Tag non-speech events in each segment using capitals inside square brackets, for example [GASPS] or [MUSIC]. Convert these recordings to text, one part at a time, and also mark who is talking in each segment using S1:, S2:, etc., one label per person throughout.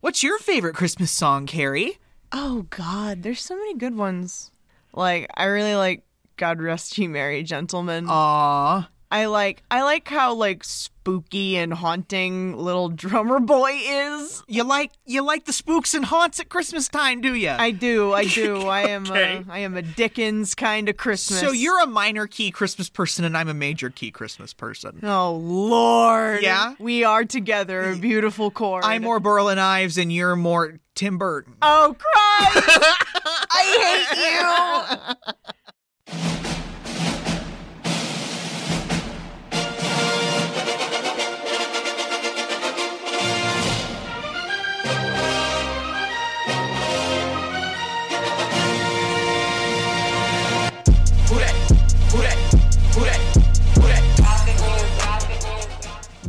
S1: What's your favorite Christmas song, Carrie?
S2: Oh God, there's so many good ones. Like I really like God Rest Ye Merry Gentlemen.
S1: Oh. Aw.
S2: I like I like how like spooky and haunting little [LAUGHS] drummer boy is.
S1: You like you like the spooks and haunts at Christmas time, do you?
S2: I do,
S1: [LAUGHS]
S2: I do. I am
S1: Okay.
S2: a, I am a Dickens kind of Christmas.
S1: So you're a minor key Christmas person and I'm a major key Christmas person.
S2: Oh Lord.
S1: Yeah?
S2: We are together, a beautiful chord.
S1: I'm more Burl Ives and you're more Tim Burton.
S2: Oh
S1: [LAUGHS]
S2: Christ! I hate you.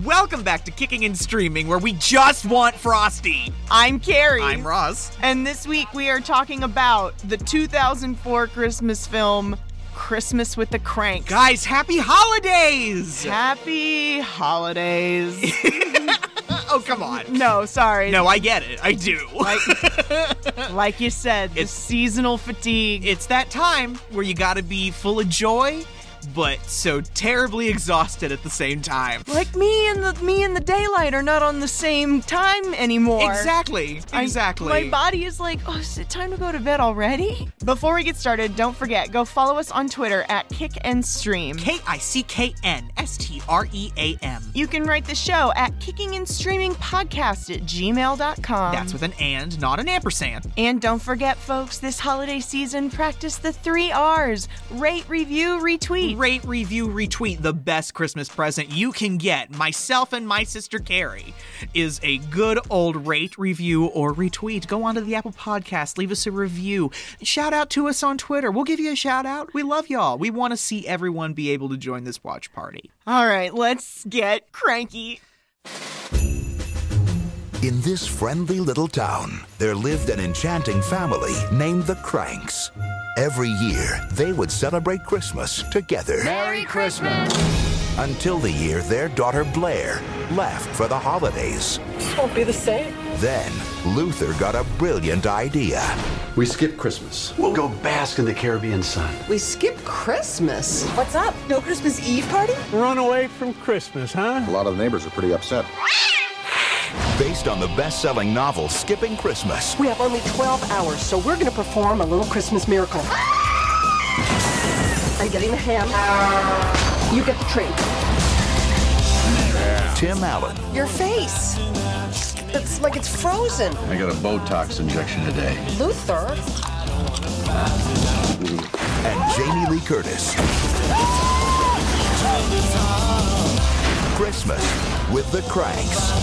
S1: Welcome back to Kicking and Streaming, where we just want Frosty.
S2: I'm Carrie.
S1: I'm Roz.
S2: And this week we are talking about the 2004 Christmas film Christmas with the Cranks.
S1: Guys, happy [LAUGHS] holidays!
S2: Happy holidays.
S1: Oh, come on.
S2: [LAUGHS] no, sorry.
S1: No, I get it. I do.
S2: Like, like you said, the
S1: It's-
S2: seasonal fatigue.
S1: It's that time where you gotta be full of joy, but so terribly exhausted at the same time.
S2: like me and the me and the daylight are not on the same time anymore.
S1: Exactly.
S2: I-
S1: Exactly.
S2: my body is like, oh, is it time to go to bed already? Before we get started, don't forget, go follow us on Twitter at Kick and Stream.
S1: K I C K N S T R E A M.
S2: You can write the show at kicking and streaming podcast at gmail.com.
S1: That's with an and, not an ampersand.
S2: And don't forget, folks, this holiday season, practice the three R's rate, review, retweet.
S1: Rate, review, retweet the best Christmas present you can get. Myself and my sister Carrie is a good old rate, review, or retweet. Go onto the Apple Podcast, leave us a review. Shout out to us on Twitter. We'll give you a shout out. We love y'all. We want to see everyone be able to join this watch party.
S2: All right, let's get cranky.
S3: In this friendly little town, there lived an enchanting family named the Cranks. Every year, they would celebrate Christmas together. Merry Christmas! Until the year their daughter Blair left for the holidays.
S4: won't be the same.
S3: Then, Luther got a brilliant idea.
S5: We skip Christmas. We'll go bask in the Caribbean sun.
S6: We skip Christmas. What's up? No Christmas Eve party?
S7: Run away from Christmas, huh?
S5: A lot of the neighbors are pretty upset.
S3: Based on the best selling novel Skipping Christmas,
S6: We have only 12 hours, so we're gonna perform a little Christmas miracle.
S8: Ah!
S6: I'm getting the ham. You get the tree.
S3: Tim Allen,
S6: Your face. It's like it's frozen.
S5: I got a Botox injection today.
S6: Luther.
S3: and Jamie Lee Curtis. Christmas with the Cranks.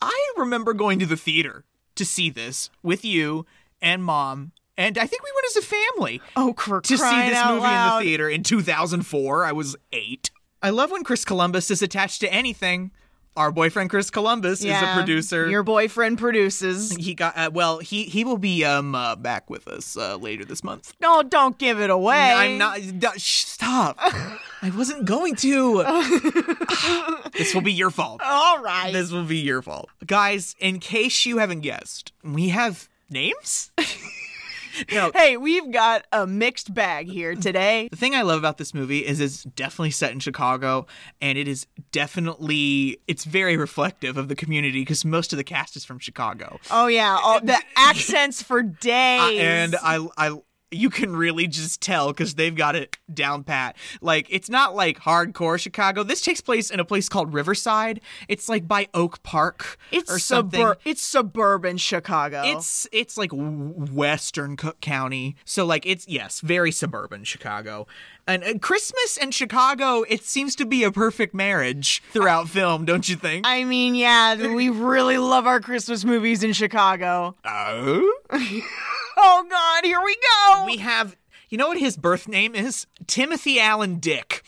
S1: I remember going to the theater to see this with you and mom, and I think we went as a family.
S2: Oh, cr-
S1: to see
S2: crying
S1: this
S2: out
S1: movie
S2: loud.
S1: in the theater in 2004. I was eight. I love when Chris Columbus is attached to anything. Our boyfriend Chris Columbus is a
S2: Yeah,
S1: producer.
S2: Your boyfriend produces.
S1: he got uh, well. He he will be um uh, back with us uh, later this month.
S2: [LAUGHS] No, don't give it away.
S1: I'm not. d- shh,
S2: [LAUGHS]
S1: stop. I wasn't going to. this will be your
S2: [LAUGHS]
S1: fault.
S2: All right.
S1: This will be your fault, guys. In case you haven't guessed, we have names. [LAUGHS] no,
S2: Hey, we've got a mixed bag
S1: [LAUGHS]
S2: here today.
S1: The thing I love about this movie is it's definitely set in Chicago and it is definitely it's very reflective of the community because most of the cast is from Chicago.
S2: Oh yeah, oh, the
S1: [LAUGHS]
S2: accents for days.
S1: Uh, and I I you can really just tell because they've got it down pat. Like it's not like hardcore Chicago. This takes place in a place called Riverside. It's like by Oak Park
S2: it's
S1: or something.
S2: subur- it's suburban Chicago.
S1: It's it's like w- western Cook County. So like it's yes, very suburban Chicago. And, and Christmas and Chicago, it seems to be a perfect marriage throughout film, don't you think?
S2: I mean, yeah, we really love our Christmas movies
S1: [LAUGHS]
S2: in Chicago.
S1: Oh.
S2: Oh God, here we go.
S1: We have you know what his birth name is? Timothy Allen
S2: [LAUGHS]
S1: Dick.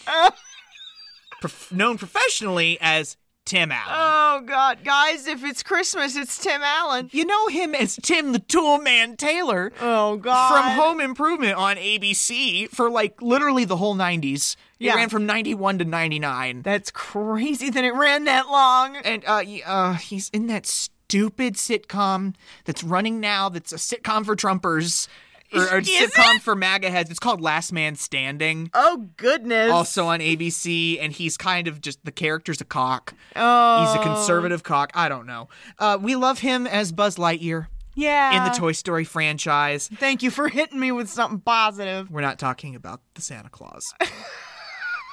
S1: Prof- known professionally as Tim Allen.
S2: oh God, guys, if it's Christmas, it's Tim Allen.
S1: you know him as Tim the Toolman Taylor.
S2: Oh God,
S1: from Home Improvement on ABC for like literally the whole 90s.
S2: Yeah.
S1: It ran from 91 to 99.
S2: That's crazy that it ran that long.
S1: and uh, he, uh, he's in that stupid sitcom that's running now that's a sitcom for Trumpers or, or
S2: Is
S1: sitcom for MAGA heads. It's called Last Man Standing.
S2: Oh goodness.
S1: Also on ABC, and he's kind of just the character's a cock. Oh. He's a conservative cock. I don't know. Uh, we love him as Buzz Lightyear
S2: yeah.
S1: in the Toy Story franchise.
S2: Thank you for hitting me with something positive.
S1: We're not talking about the Santa Claus.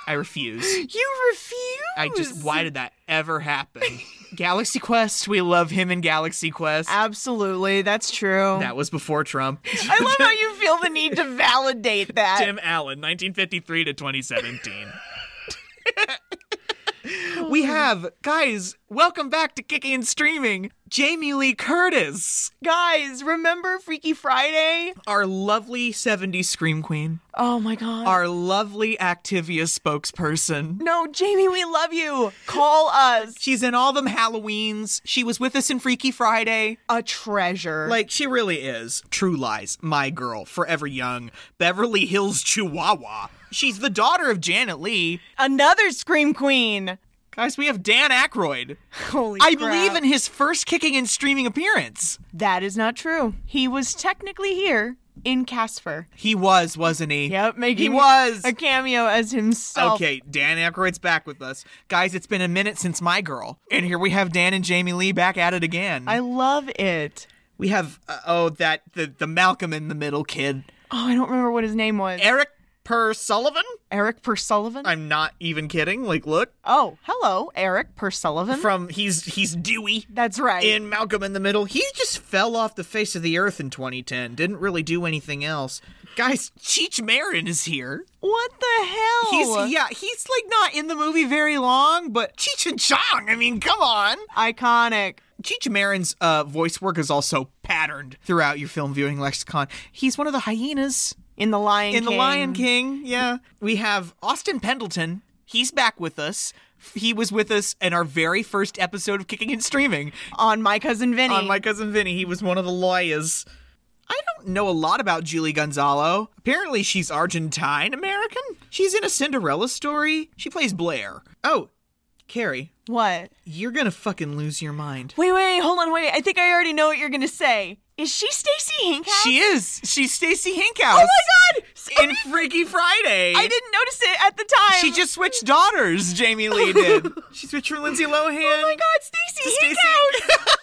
S1: I refuse.
S2: You refuse.
S1: I just why did [LAUGHS] that ever happen? Galaxy Quest, we love him in Galaxy Quest.
S2: Absolutely, that's true.
S1: That was before [LAUGHS] Trump.
S2: I love how you feel the need to validate
S1: [LAUGHS]
S2: that.
S1: Tim Allen, 1953 to 2017. we have, guys, welcome back to Kicking and Streaming, Jamie Lee Curtis,
S2: Guys, remember Freaky Friday?
S1: our lovely 70s Scream Queen,
S2: Oh my god.
S1: our lovely Activia spokesperson.
S2: no, Jamie, we love you. Call us
S1: She's in all them Halloweens. She was with us in Freaky Friday.
S2: a treasure.
S1: Like, she really is. True Lies, My Girl, Forever Young, Beverly Hills Chihuahua. She's the daughter of Janet Lee.
S2: another Scream Queen.
S1: Guys, we have Dan Aykroyd.
S2: Holy
S1: I
S2: crap.
S1: believe in his first kicking and streaming appearance.
S2: That is not true. He was technically here in Casper.
S1: He was, wasn't he?
S2: Yep, making
S1: He was.
S2: a cameo as himself.
S1: Okay, Dan Aykroyd's back with us. Guys, it's been a minute since My Girl. And here we have Dan and Jamie Lee back at it again.
S2: I love it.
S1: we have, uh, oh, that, the, the Malcolm in the Middle kid.
S2: Oh, I don't remember what his name was.
S1: Eric Per Sullivan?
S2: Eric Per Sullivan.
S1: I'm not even kidding. Like, look.
S2: oh, hello, Eric Per Sullivan.
S1: From, he's, he's Dewey.
S2: That's right.
S1: in Malcolm in the Middle. He just fell off the face of the earth in 2010. Didn't really do anything else. Guys, Cheech Marin is here.
S2: what the hell?
S1: He's yeah, he's like not in the movie very long, but Cheech and Chong. I mean, come on.
S2: iconic.
S1: Cheech Marin's uh, voice work is also patterned throughout your film viewing lexicon. He's one of the hyenas
S2: In the Lion
S1: in
S2: King.
S1: The Lion King. Yeah, we have Austin Pendleton. He's back with us. He was with us in our very first episode of Kicking and Streaming
S2: on My Cousin Vinny.
S1: on my cousin Vinny. He was one of the lawyers. I don't know a lot about Julie Gonzalo. Apparently, she's Argentine American. She's in a Cinderella story. She plays Blair. Oh, Carrie,
S2: what?
S1: you're gonna fucking lose your mind.
S2: Wait, wait, hold on, wait. I think I already know what you're gonna say. Is she Stacy Hinkhouse?
S1: She is. She's Stacy
S2: Oh
S1: Hinkhouse
S2: my god! I
S1: in
S2: didn't-
S1: Freaky Friday.
S2: I didn't notice it at the time.
S1: She just switched daughters. Jamie Lee
S2: [LAUGHS]
S1: did. she switched from Lindsay Lohan.
S2: Oh my god, Stacy
S1: to Stacey-
S2: Hinkhouse!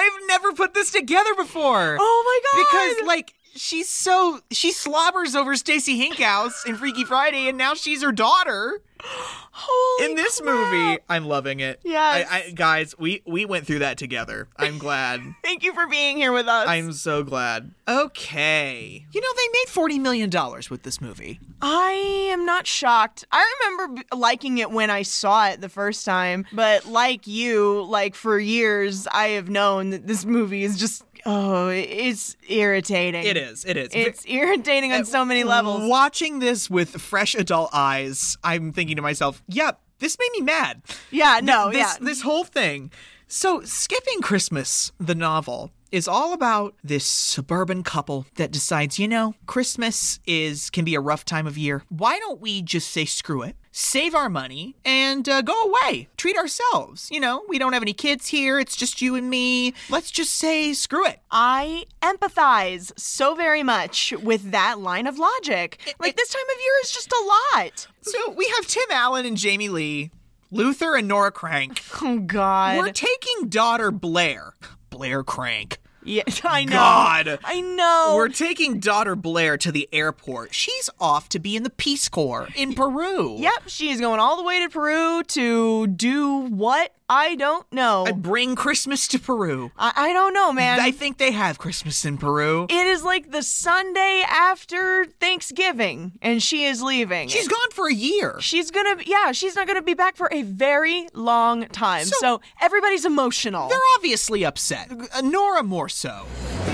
S1: [LAUGHS] I've never put this together before.
S2: Oh my god!
S1: because like she's so she slobbers over Stacy Hinkhouse in Freaky Friday, and now she's her daughter
S2: Holy
S1: in this
S2: crap.
S1: movie. I'm loving it.
S2: Yes.
S1: I, I, guys, we we went through that together. I'm [LAUGHS] glad.
S2: Thank you for being here with us.
S1: I'm so glad. Okay, you know they made forty million dollars with this movie.
S2: I am not shocked. I remember b- liking it when I saw it the first time, but like you, like for years, I have known that this movie is just oh, it's irritating.
S1: It is. It is.
S2: It's irritating on so many levels.
S1: Watching this with fresh adult eyes, I'm thinking to myself, "Yep, this made me mad."
S2: Yeah, Uh, no,
S1: this,
S2: yeah.
S1: this whole thing. So, Skipping Christmas, the novel, is all about this suburban couple that decides, you know, Christmas is can be a rough time of year. Why don't we just say screw it? Save our money and uh, go away. Treat ourselves. You know, we don't have any kids here. It's just you and me. Let's just say screw it. Uh,
S2: I empathize so very much with that line of logic. Like this time of year is just a lot.
S1: So, we have Tim Allen and Jamie Lee, Luther and Nora Crank.
S2: Oh God.
S1: We're taking daughter Blair. Blair Crank.
S2: yeah, [LAUGHS] I know.
S1: God.
S2: I know.
S1: We're taking daughter Blair to the airport. She's off to be in the Peace Corps in Peru.
S2: Yep, she is going all the way to Peru to do what? I don't know.
S1: I bring Christmas to Peru.
S2: I, I don't know, man.
S1: I think they have Christmas in Peru.
S2: it is like the Sunday after Thanksgiving, and she is leaving.
S1: She's gone for a year.
S2: She's gonna, yeah, she's not gonna be back for a very long time. So,
S1: So-
S2: everybody's emotional.
S1: They're obviously upset. Uh, Nora more so.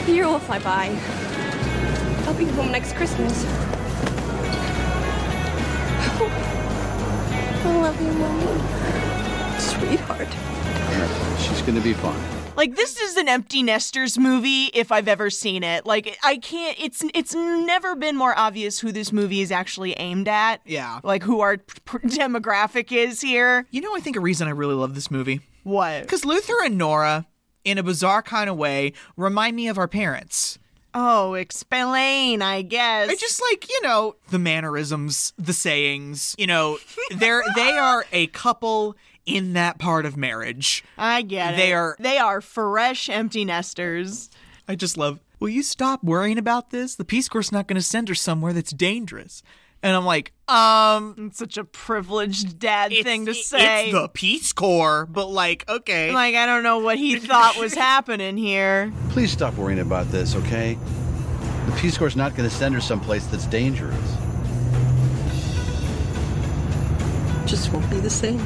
S4: The year will fly by. I'll be home next Christmas. I love you, Mommy. Sweetheart.
S9: She's gonna be fine.
S2: like this is an empty nesters movie if I've ever seen it. Like I can't. It's it's never been more obvious who this movie is actually aimed at.
S1: Yeah.
S2: like who our p- p- demographic is here.
S1: You know, I think a reason I really love this movie
S2: What?
S1: Because Luther and Nora, in a bizarre kind of way, remind me of our parents.
S2: Oh, explain, I guess.
S1: They're just like, you know, the mannerisms, the sayings, you know, they're they are a couple in that part of marriage.
S2: I get it.
S1: They are-
S2: they are fresh empty nesters.
S1: I just love, will you stop worrying about this? The Peace Corps not going to send her somewhere that's dangerous. And I'm like, um,
S2: It's such a privileged dad thing to
S1: it's-
S2: say.
S1: It's the Peace Corps, but like, okay.
S2: like I don't know
S1: [LAUGHS]
S2: what he thought was happening here.
S9: Please stop worrying about this, okay? The Peace Corps not going to send her someplace that's dangerous.
S4: Just won't be the same.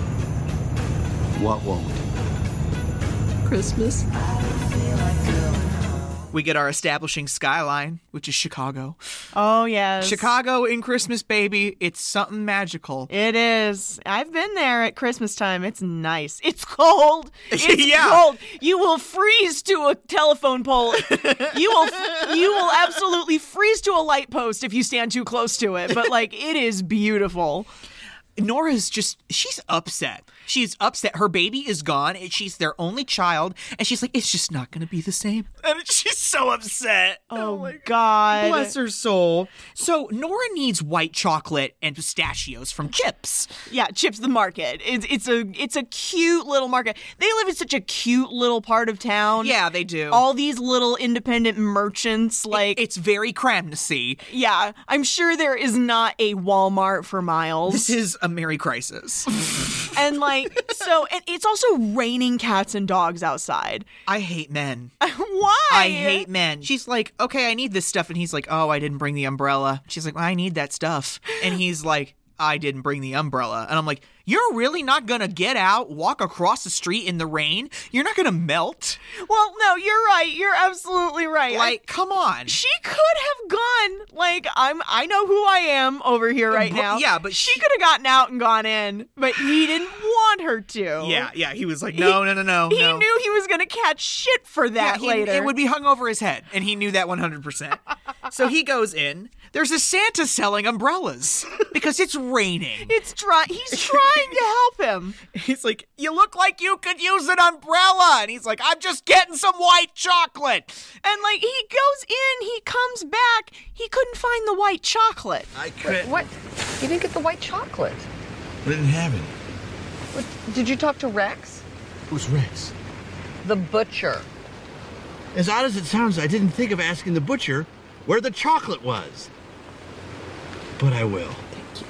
S9: What won't?
S4: Christmas.
S1: we get our establishing skyline, which is Chicago.
S2: Oh yes.
S1: Chicago in Christmas, baby. It's something magical.
S2: It is. I've been there at Christmas time. It's nice. It's cold.
S1: [LAUGHS]
S2: It's
S1: Yeah.
S2: cold. You will freeze to a telephone pole. you
S1: [LAUGHS]
S2: will you will absolutely freeze to a light post if you stand too close to it. But like it is beautiful.
S1: Nora's just she's upset. She's upset. Her baby is gone, and she's their only child, and she's like, it's just not gonna be the same. And [LAUGHS] she's so upset.
S2: Oh, god.
S1: Bless her soul. So Nora needs white chocolate and pistachios from Chips.
S2: Yeah, Chips the Market. It's it's a it's a cute little market. They live in such a cute little part of town.
S1: Yeah, they do.
S2: All these little independent merchants like
S1: It's very Cramnessy.
S2: yeah, I'm sure there is not a Walmart for
S1: [LAUGHS]
S2: miles.
S1: This is a Merry Crisis.
S2: and like so and it's also raining cats and dogs outside [LAUGHS]
S1: I hate men.
S2: why
S1: I hate men. She's like, okay, I need this stuff. And he's like, oh, I didn't bring the umbrella. She's like, I need that stuff. And he's like, I didn't bring the umbrella. And I'm like, you're really not going to get out, walk across the street in the rain? You're not going to melt?
S2: well no you're right you're absolutely right I-
S1: Like, come on.
S2: she could have gone like i'm i know who i am over here right
S1: But-
S2: now
S1: yeah, but
S2: she
S1: she-
S2: could have gotten out and gone in
S1: [SIGHS]
S2: but he didn't want her to
S1: Yeah, yeah. He was like, no, no, no, no.
S2: he
S1: no.
S2: knew he was gonna catch shit for that
S1: he-
S2: later
S1: It would be hung over his head, and he knew that 100%. so he goes in. There's a Santa selling umbrellas because it's raining.
S2: it's try he's trying to help him
S1: [LAUGHS] He's like, You look like you could use an umbrella. And he's like, I'm just getting some white chocolate.
S2: and like he goes in he comes back he couldn't find the white chocolate
S9: I quit.
S8: What? You didn't get the white chocolate.
S9: Eh. didn't have it.
S8: What, did you talk to Rex?
S9: Who's Rex?
S8: The butcher.
S9: As odd as it sounds, I didn't think of asking the butcher where the chocolate was. But I will. Thank you.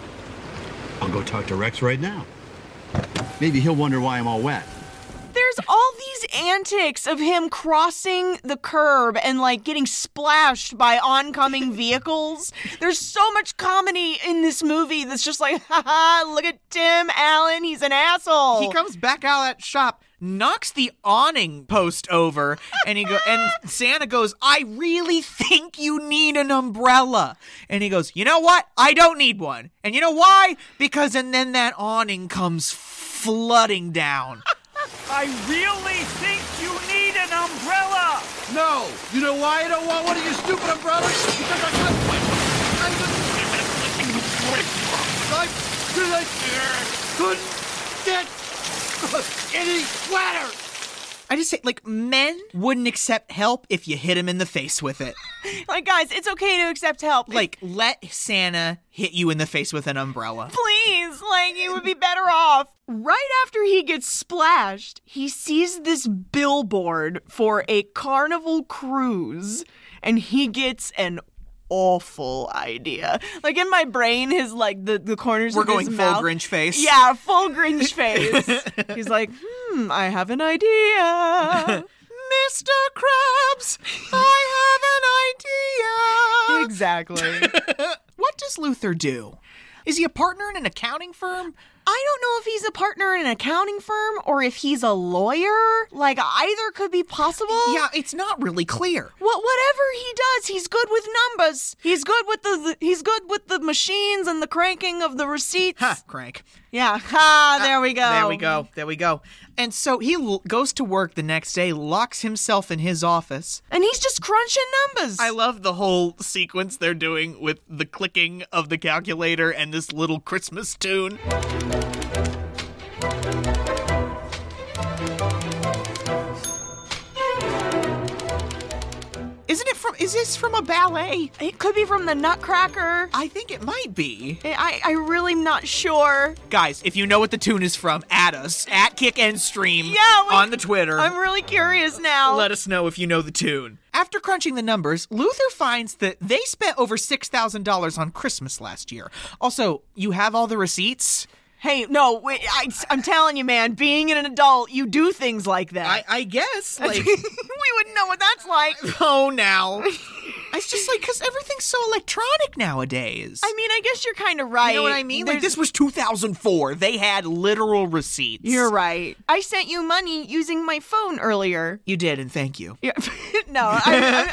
S9: I'll go talk to Rex right now. Maybe he'll wonder why I'm all wet.
S2: There's all these antics of him crossing the curb and like getting splashed by
S1: [LAUGHS]
S2: oncoming vehicles. There's so much comedy in this movie that's just like, [LAUGHS] haha, look at Tim Allen, he's an asshole.
S1: He comes back out of that shop, knocks the awning post over, and he go and [LAUGHS] Santa goes, I really think you need an umbrella. And he goes, You know what? I don't need one. And you know why? Because and then that awning comes flooding down.
S7: I really think you need an umbrella.
S9: No! You know why I don't want one of your stupid umbrellas? Because I got I [LAUGHS] couldn't, I [LAUGHS] couldn't get [LAUGHS] any wetter!
S1: [LAUGHS] I just say, like, men wouldn't accept help if you hit him in the face with [LAUGHS] it.
S2: like, guys, it's okay to accept help.
S1: Like, let Santa hit you in the face with an umbrella.
S2: please, like, you would be better off. Right after he gets splashed, he sees this billboard for a carnival cruise and he gets an awful idea. Like in my brain, his like the, the corners
S1: We're
S2: of his
S1: going full
S2: mouth-
S1: Grinch face.
S2: Yeah, full
S1: [LAUGHS]
S2: Grinch face. He's like, hmm, I have
S1: [LAUGHS]
S2: an idea.
S1: Mr. Krabs, I have an idea.
S2: exactly.
S1: What does Luther do? Is he a partner in an accounting firm?
S2: I don't know if he's a partner in an accounting firm or if he's a lawyer. Like either could be possible.
S1: Yeah, it's not really clear.
S2: What whatever he does, he's good with numbers. He's good with the, the- he's good with the machines and the cranking of the receipts.
S1: Ha, crank.
S2: Yeah. Ha, there we go.
S1: Ah, There we go. There we go. And so he l- goes to work the next day, locks himself in his office.
S2: And he's just crunching numbers.
S1: I love the whole sequence they're doing with the clicking of the calculator and this little Christmas tune. Isn't it from? Is this from a ballet?
S2: It could be from the Nutcracker.
S1: I think it might be.
S2: I, I, I really am not sure.
S1: Guys, if you know what the tune is from, at us at Kick and Stream.
S2: Yeah, we-
S1: on the Twitter.
S2: I'm really curious now.
S1: Let us know if you know the tune. After crunching the numbers, Luther finds that they spent over $6,000 on Christmas last year. Also, you have all the receipts?
S2: hey, no, wait, I, am telling you, man. Being an adult, you do things like that.
S1: I, I [LAUGHS] guess.
S2: [LAUGHS]
S1: Like,
S2: we wouldn't know what that's like.
S1: oh, now. [LAUGHS] It's just like, because everything's so electronic nowadays.
S2: I mean, I guess you're kind of right.
S1: you know what I mean? Like,
S2: There's-
S1: this was 2004. They had literal receipts.
S2: You're right. I sent you money using my phone earlier.
S1: You did, and thank you.
S2: Yeah, [LAUGHS] no, I,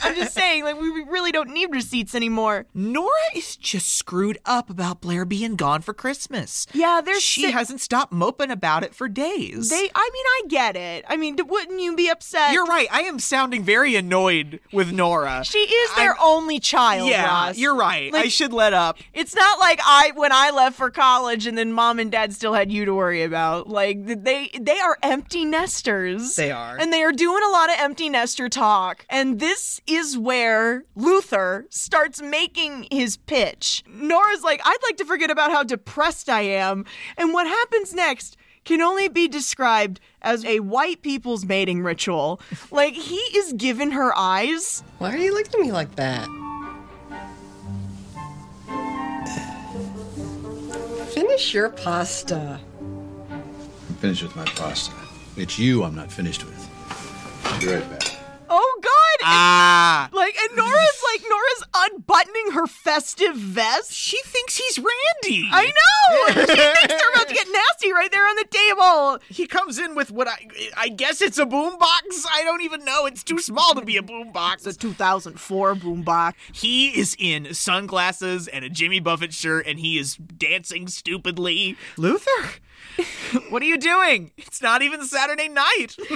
S2: I'm, I'm just saying, like, we really don't need receipts anymore.
S1: Nora is just screwed up about Blair being gone for Christmas.
S2: Yeah, there's
S1: she
S2: si-
S1: hasn't stopped moping about it for days.
S2: They, I mean, I get it. I mean, d- wouldn't you be upset?
S1: You're right. I am sounding very annoyed with Nora.
S2: She is their only child.
S1: yeah,
S2: Ross.
S1: you're right. I
S2: Like-
S1: should let up.
S2: It's not like I when I left for college and then mom and dad still had you to worry about. Like th- they they are empty nesters.
S1: They are.
S2: And they are doing a lot of empty nester talk. And this is where Luther starts making his pitch. Nora's like, "I'd like to forget about how depressed I am." And what happens next? Can only be described as a white people's mating ritual. Like, he is giving her eyes.
S6: Why are you looking at me like that? Finish your pasta.
S9: I'm finished with my pasta. It's you I'm not finished with. I'll be right back.
S2: Oh, God! [LAUGHS]
S1: Ah.
S2: Like, and Nora's like, Nora's unbuttoning her festive vest.
S1: She thinks he's Randy.
S2: I [LAUGHS] know! she thinks they're about to get nasty right there on the table.
S1: He comes in with what I I guess it's a boombox. I don't even know. It's too small to be a boombox.
S2: 2004 [LAUGHS] boombox.
S1: He is in sunglasses and a Jimmy Buffett shirt and he is dancing stupidly. Luther? [LAUGHS] what are you doing? It's not even Saturday night. [LAUGHS]
S2: God.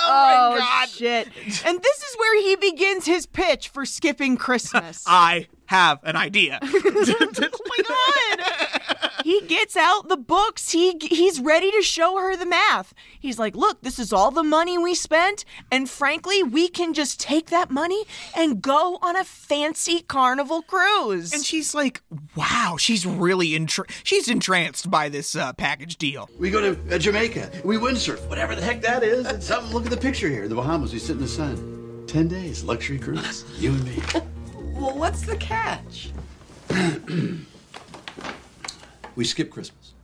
S1: Oh,
S2: oh,
S1: my God.
S2: shit. And this is where he begins his pitch for skipping [LAUGHS] Christmas.
S1: I have an idea. [LAUGHS]
S2: he gets out the books. He he's ready to show her the math. He's like, "Look, this is all the money we spent, and frankly, we can just take that money and go on a fancy carnival cruise."
S1: And she's like, wow, she's really entr- she's entranced by this uh, package deal.
S5: We go to uh, Jamaica. We windsurf. Whatever the heck that is. It's something. Look at the picture here. The Bahamas. We sit in the sun. Ten days. Luxury
S9: [LAUGHS]
S5: cruise. You and me.
S6: Well, what's the catch?
S5: We skip Christmas.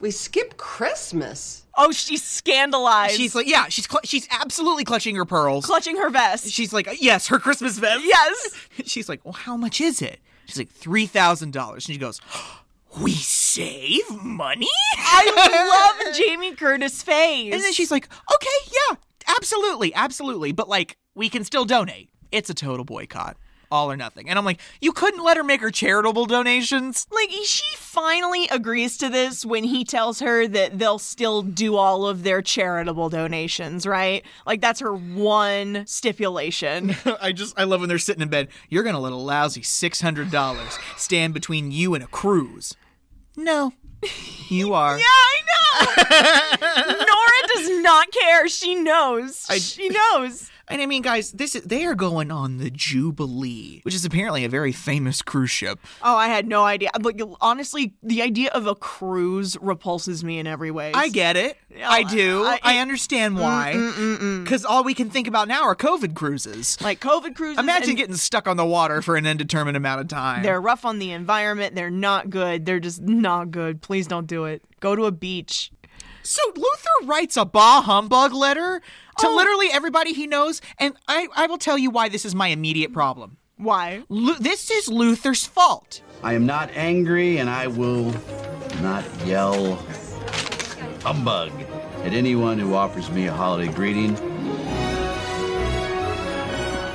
S6: We skip Christmas.
S2: oh, she's scandalized.
S1: She's like, yeah, she's cl- she's absolutely clutching her pearls.
S2: clutching her vest.
S1: she's like, yes, her Christmas vest.
S2: yes.
S1: [LAUGHS] She's like, well, how much is it? She's like, three thousand dollars. And she goes, [GASPS] we save money. [LAUGHS]
S2: [LAUGHS] I love Jamie Curtis' face.
S1: and then she's like, okay, yeah, absolutely, absolutely, but like, we can still donate. It's a total boycott, all or nothing. And I'm like, you couldn't let her make her charitable donations.
S2: Like she finally agrees to this when he tells her that they'll still do all of their charitable donations, right? Like that's her one
S1: [LAUGHS]
S2: stipulation.
S1: [LAUGHS] I just I love when they're sitting in bed. You're gonna let a lousy six hundred dollars stand between you and a cruise. No, you [LAUGHS] are.
S2: yeah, I know. Nora does not care. She knows. she knows.
S1: And I mean, guys, this is, they are going on the Jubilee, which is apparently a very famous cruise ship.
S2: Oh, I had no idea. Like honestly, the idea of a cruise repulses me in every way.
S1: I get it. I do. I, Mm,
S2: I-
S1: understand why. Because all we can think about now are COVID cruises.
S2: like COVID cruises.
S1: Imagine
S2: and
S1: getting stuck on the water for an indeterminate amount of time.
S2: they're rough on the environment. They're not good. They're just not good. Please don't do it. Go to a beach.
S1: So Luther writes a bah humbug letter to
S2: Oh.
S1: literally everybody he knows, and I, I will tell you why this is my immediate problem.
S2: Why?
S1: Lu- this is Luther's fault.
S5: I am not angry, and I will not yell humbug at anyone who offers me a holiday greeting.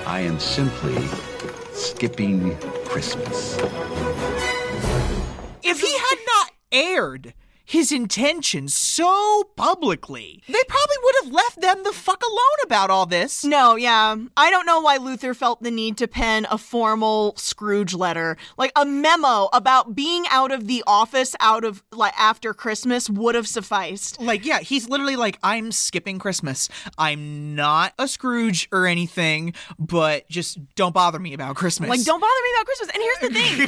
S5: I am simply skipping Christmas.
S1: If he had not aired his intentions so publicly, they probably would have left them the fuck alone about all this.
S2: No, yeah. I don't know why Luther felt the need to pen a formal Scrooge letter. Like a memo about being out of the office out of like after Christmas would have sufficed.
S1: Like, yeah, he's literally like, I'm skipping Christmas. I'm not a Scrooge or anything, but just don't bother me about Christmas.
S2: Like, don't bother me about Christmas. And here's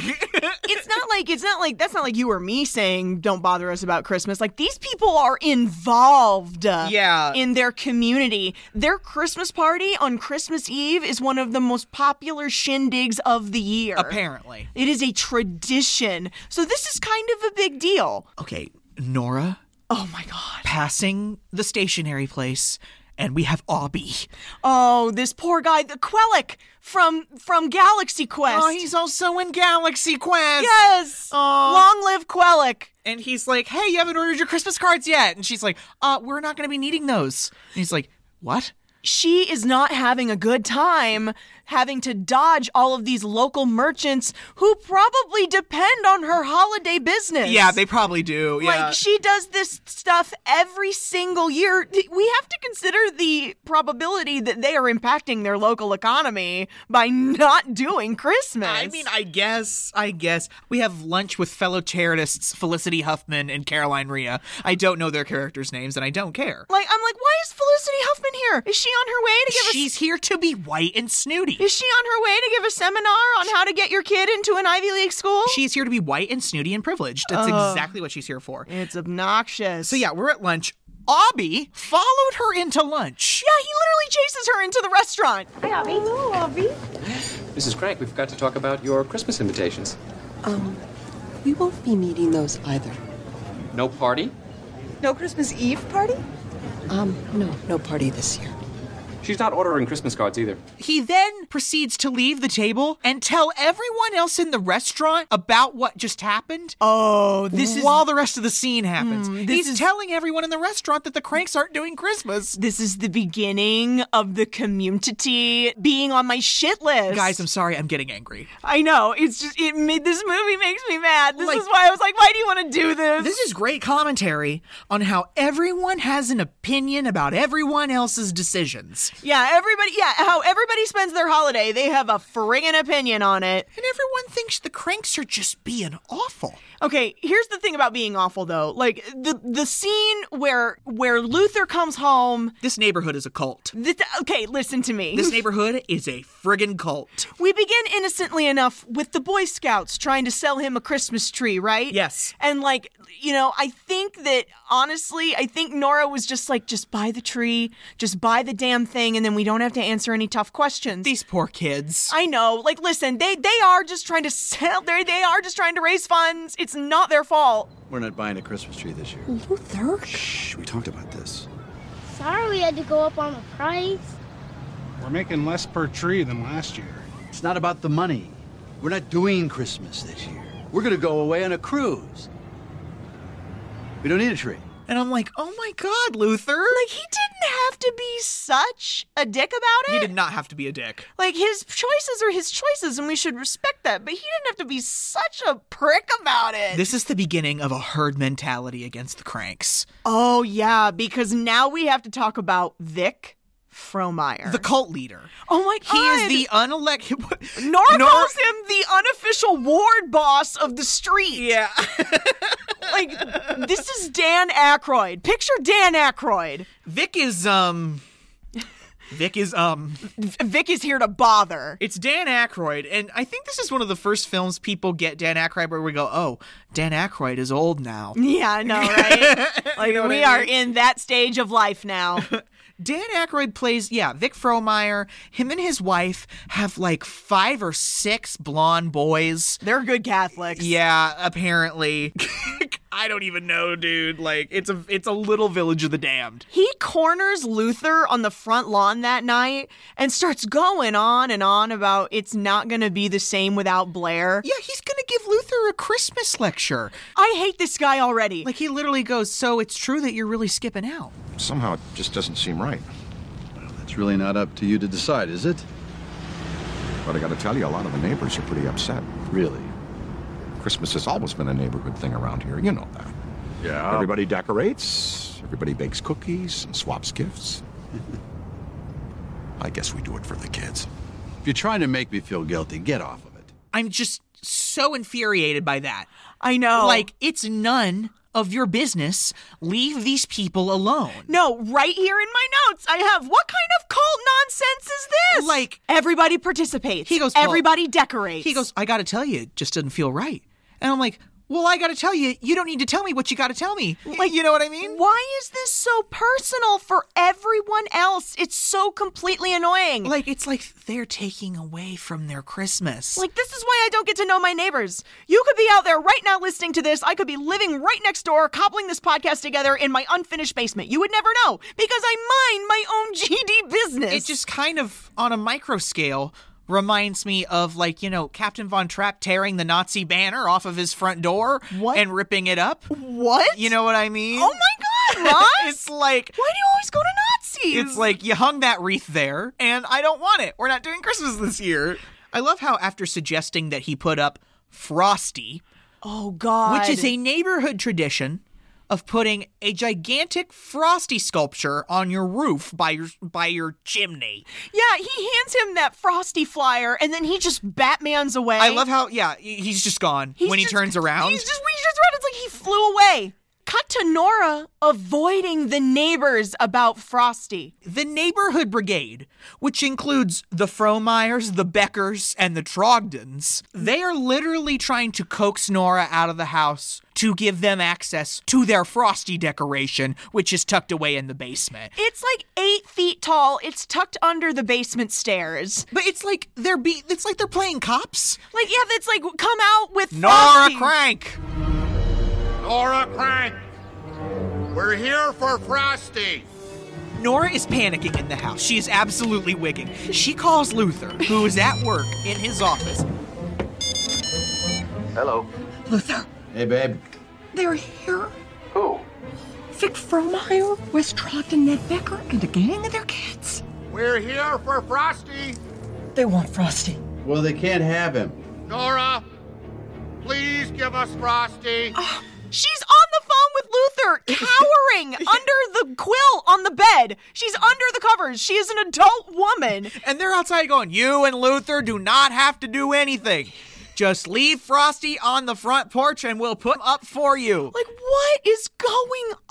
S1: [LAUGHS]
S2: the thing. it's not like it's not like that's not like you or me saying don't bother us about Christmas. Like these people are involved uh,
S1: Yeah.
S2: in their community. Their Christmas party on Christmas Eve is one of the most popular shindigs of the year.
S1: Apparently.
S2: It is a tradition. So this is kind of a big deal.
S1: Okay, Nora
S2: Oh my god.
S1: passing the stationery place, and we have Aubie.
S2: Oh, this poor guy, the Quellic from from Galaxy Quest.
S1: Oh, he's also in Galaxy Quest.
S2: yes. Long live Quellic.
S1: And he's like, "Hey, you haven't ordered your Christmas cards yet." And she's like, "Uh, we're not going to be needing those." And he's like, "What?"
S2: she is not having a good time having to dodge all of these local merchants who probably depend on her holiday business.
S1: Yeah, they probably do. Yeah.
S2: Like she does this stuff every single year. Th- We have to consider the probability that they are impacting their local economy by not doing Christmas.
S1: I mean, I guess, I guess we have lunch with fellow terrorists Felicity Huffman and Caroline Rhea. I don't know their characters' names, and I don't care.
S2: like I'm like, why is Felicity Huffman here? Is she on her way to give
S1: She's here to be white and snooty.
S2: a is she on her way to give a seminar on how to get your kid into an Ivy League school?
S1: She's here to be white and snooty and privileged. That's exactly what she's here for.
S2: it's obnoxious.
S1: So yeah, we're at lunch. Abby followed her into lunch.
S2: Yeah, he literally chases her into [LAUGHS] the restaurant.
S10: Mrs. Crank, we forgot to talk about your Christmas invitations.
S6: We won't be meeting those either.
S10: No party?
S6: No Christmas Eve party? Um, no, no party this year.
S10: She's not ordering Christmas cards either.
S1: He then proceeds to leave the table and tell everyone else in the restaurant about what just happened.
S2: Oh, this is Hmm,
S1: while the rest of the scene happens. He's
S2: is-
S1: telling everyone in the restaurant that the cranks aren't doing Christmas.
S2: this is the beginning of the community being on my shit list.
S1: Guys, I'm sorry, I'm getting angry.
S2: I know. It's just it made this movie makes me mad. This
S1: Like-
S2: is why I was like, why do you want to do this?
S1: This is great commentary on how everyone has an opinion about everyone else's decisions.
S2: yeah, everybody yeah, how everybody spends their holiday, they have a friggin' opinion on it.
S1: And everyone thinks the cranks are just being awful.
S2: Okay, here's the thing about being awful though. Like the the scene where where Luther comes home,
S1: This neighborhood is a cult.
S2: th- okay, listen to me.
S1: This neighborhood is a friggin' cult.
S2: We begin innocently enough with the Boy Scouts trying to sell him a Christmas tree, right?
S1: Yes.
S2: And like, you know, I think that honestly, I think Nora was just like, just buy the tree, just buy the damn thing, and then we don't have to answer any tough questions.
S1: These poor kids.
S2: I know. Like, listen, they they are just trying to sell. They they are just trying to raise funds. It's not their fault.
S5: We're not buying a Christmas tree this year.
S6: Luther?
S5: Shh, we talked about this.
S11: Sorry we had to go up on the price.
S7: We're making less per tree than last year.
S5: It's not about the money. We're not doing Christmas this year. We're going to go away on a cruise. We don't need a tree.
S1: And I'm like, oh my god, Luther.
S2: Like, he didn't have to be such a dick about it.
S1: He did not have to be a dick.
S2: Like his choices are his choices, and we should respect that. But he didn't have to be such a prick about it.
S1: This is the beginning of a herd mentality against the cranks.
S2: oh yeah, because now we have to talk about Vic Fromeyer.
S1: The cult leader.
S2: oh my
S1: He
S2: god,
S1: is the [LAUGHS] unelected.
S2: Nora, calls him the unofficial ward boss of the street.
S1: Yeah.
S2: [LAUGHS] like this is Dan Aykroyd. Picture Dan Aykroyd.
S1: Vic is um. Vic is um.
S2: Vic is here to bother.
S1: It's Dan Aykroyd, and I think this is one of the first films people get Dan Aykroyd where we go, oh, Dan Aykroyd is old now.
S2: Yeah, I
S1: [LAUGHS]
S2: know, right? Like
S1: what
S2: we
S1: I
S2: are in that stage of life now.
S1: Dan Aykroyd plays, yeah, Vic Frohmeyer. Him and his wife have like five or six blonde boys.
S2: They're good Catholics.
S1: Yeah, apparently. [LAUGHS] I don't even know, dude. Like it's a it's a little village of the damned.
S2: he corners Luther on the front lawn that night and starts going on and on about it's not going to be the same without Blair.
S1: Yeah, he's gonna give Luther a Christmas lecture.
S2: I hate this guy already.
S1: Like he literally goes, "So it's true that you're really skipping out."
S11: Somehow it just doesn't seem right.
S5: It's really not up to you to decide, is it?
S11: But I gotta tell you, a lot of the neighbors are pretty upset.
S5: Really?
S11: Christmas has always been a neighborhood thing around here, you know that.
S5: Yeah.
S11: Everybody decorates, everybody bakes cookies and swaps gifts. I guess we do it for the kids.
S9: If you're trying to make me feel guilty, get off of it.
S1: I'm just so infuriated by that.
S2: I know.
S1: Like, it's none of your business. Leave these people alone.
S2: No, right here in my notes, I have what kind of cult nonsense is this?
S1: Like,
S2: everybody participates.
S1: He goes, "Well,"
S2: everybody decorates.
S1: He goes, I gotta tell you, it just doesn't feel right. And I'm like, well, I gotta tell you, you don't need to tell me what you gotta tell me. Like, you know what I mean?
S2: Why is this so personal for everyone else? It's so completely annoying.
S1: Like, it's like they're taking away from their Christmas.
S2: Like, this is why I don't get to know my neighbors. You could be out there right now listening to this. I could be living right next door, cobbling this podcast together in my unfinished basement. You would never know because I mind my own [LAUGHS] GD business.
S1: it just kind of, on a micro scale, reminds me of like, you know, Captain Von Trapp tearing the Nazi banner off of his front door and ripping it up.
S2: What?
S1: You know what I mean?
S2: Oh
S1: [LAUGHS]
S2: my god, Ross!
S1: It's like-
S2: why do you always go to Nazis?
S1: It's like you hung that wreath there, and I don't want it. We're not doing Christmas this year. I love how after suggesting that he put up Frosty,
S2: oh god,
S1: which is a neighborhood tradition of putting a gigantic Frosty sculpture on your roof by your by your chimney.
S2: yeah. He hands him that frosty flyer, and then he just Batman's away.
S1: I love how yeah, he- he's just gone
S2: He's
S1: when
S2: just-
S1: he turns around.
S2: He's just when he turns around, it's like he flew away. Cut to Nora avoiding the neighbors about Frosty.
S1: the neighborhood brigade, which includes the Fromeyers, the Beckers, and the Trogdons, they are literally trying to coax Nora out of the house to give them access to their frosty decoration, which is tucked away in the basement.
S2: It's like eight feet tall. It's tucked under the basement stairs.
S1: But it's like they're be it's like they're playing cops.
S2: Like yeah, that's like come out with
S1: Nora
S2: Frosty.
S1: Crank.
S12: Nora Crank, we're here for Frosty.
S1: Nora is panicking in the house. She is absolutely wigging. She calls Luther, who is at work in his office.
S5: Hello.
S6: Luther,
S5: Hey, babe.
S6: they're here.
S5: Who?
S6: Vic Frohmeyer, Wes Trogdon, Ned Becker, and a gang of their kids.
S12: We're here for Frosty.
S6: They want Frosty.
S5: Well, they can't have him.
S12: Nora, please give us Frosty.
S2: She's on the phone with Luther,
S6: [LAUGHS]
S2: cowering under the quill on the bed. She's under the covers. She is an adult woman.
S1: And they're outside going, You and Luther do not have to do anything. Just leave Frosty on the front porch and we'll put him up for you.
S2: Like, what is going on?
S1: [LAUGHS]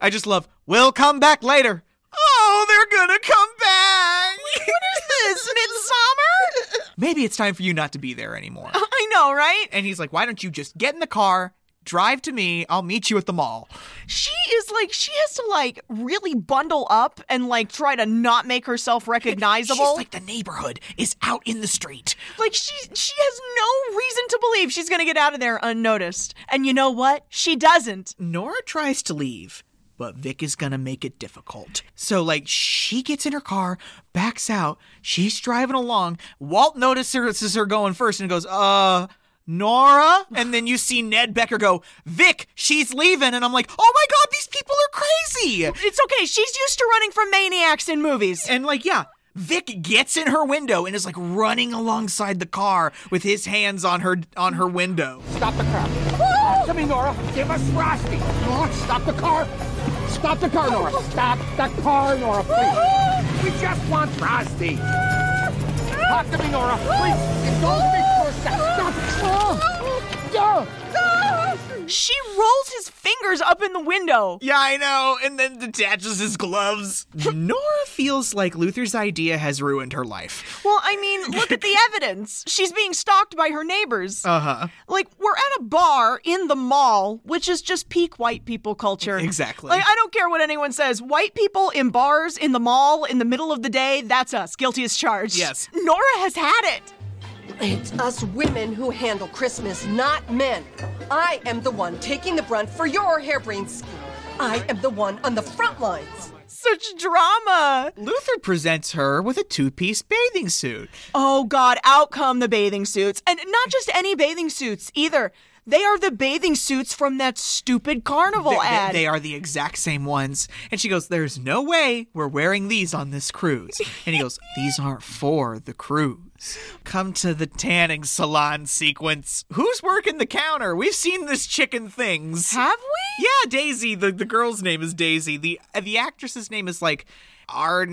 S1: I just love, We'll come back later. Oh, they're gonna come
S2: [LAUGHS]
S1: back.
S2: what is
S6: [LAUGHS]
S2: this? Midsummer?
S1: Maybe it's time for you not to be there anymore.
S2: I know, right?
S1: And he's like, Why don't you just get in the car, drive to me, I'll meet you at the mall.
S2: She is like, she has to like really bundle up and like try to not make herself
S1: She's
S2: recognizable.
S1: like, The neighborhood is out in the street.
S2: Like she she has no reason to believe she's gonna get out of there unnoticed. And you know what? She doesn't.
S1: Nora tries to leave, but Vic is gonna make it difficult. So, like, she gets in her car, backs out, she's driving along. Walt notices her going first and goes, uh, Nora? And then you see Ned Becker go, Vic, she's leaving. And I'm like, oh my god, these people are crazy.
S2: It's okay. She's used to running from maniacs in movies.
S1: And, like, yeah. Vic gets in her window and is like running alongside the car with his hands on her on her window.
S12: Stop the car. Come here, Nora. Give us Frosty. Nora, stop the car. Stop the car, Nora. Stop the car, Nora,
S6: [GASPS]
S12: please. We just want Frosty. Talk to me, Nora. Please, indulge me for a second. Stop the
S6: Oh.
S12: car.
S2: She rolls his fingers up in the window.
S1: Yeah, I know. And then detaches his gloves. Nora feels like Luther's idea has ruined her life.
S2: Well, I mean, look
S1: [LAUGHS]
S2: at the evidence. She's being stalked by her neighbors.
S1: Uh huh.
S2: Like, we're at a bar in the mall, which is just peak white people culture.
S1: Exactly.
S2: Like, I don't care what anyone says. White people in bars, in the mall, in the middle of the day, that's us. Guilty as charged.
S1: Yes.
S2: Nora has had it.
S6: It's us women who handle Christmas, not men. I am the one taking the brunt for your harebrained scheme. I am the one on the front lines.
S2: Such drama.
S1: Luther presents her with a two piece bathing suit.
S2: Oh, God. Out come the bathing suits. And not just any bathing suits either. They are the bathing suits from that stupid carnival
S1: They-
S2: ad.
S1: They, they are the exact same ones. And she goes, There's no way we're wearing these on this cruise. And he goes, These aren't for the cruise. Come to the tanning salon sequence. Who's working the counter? We've seen this chicken things.
S2: Have we?
S1: Yeah, Daisy. The, the girl's name is Daisy. The uh, the actress's name is like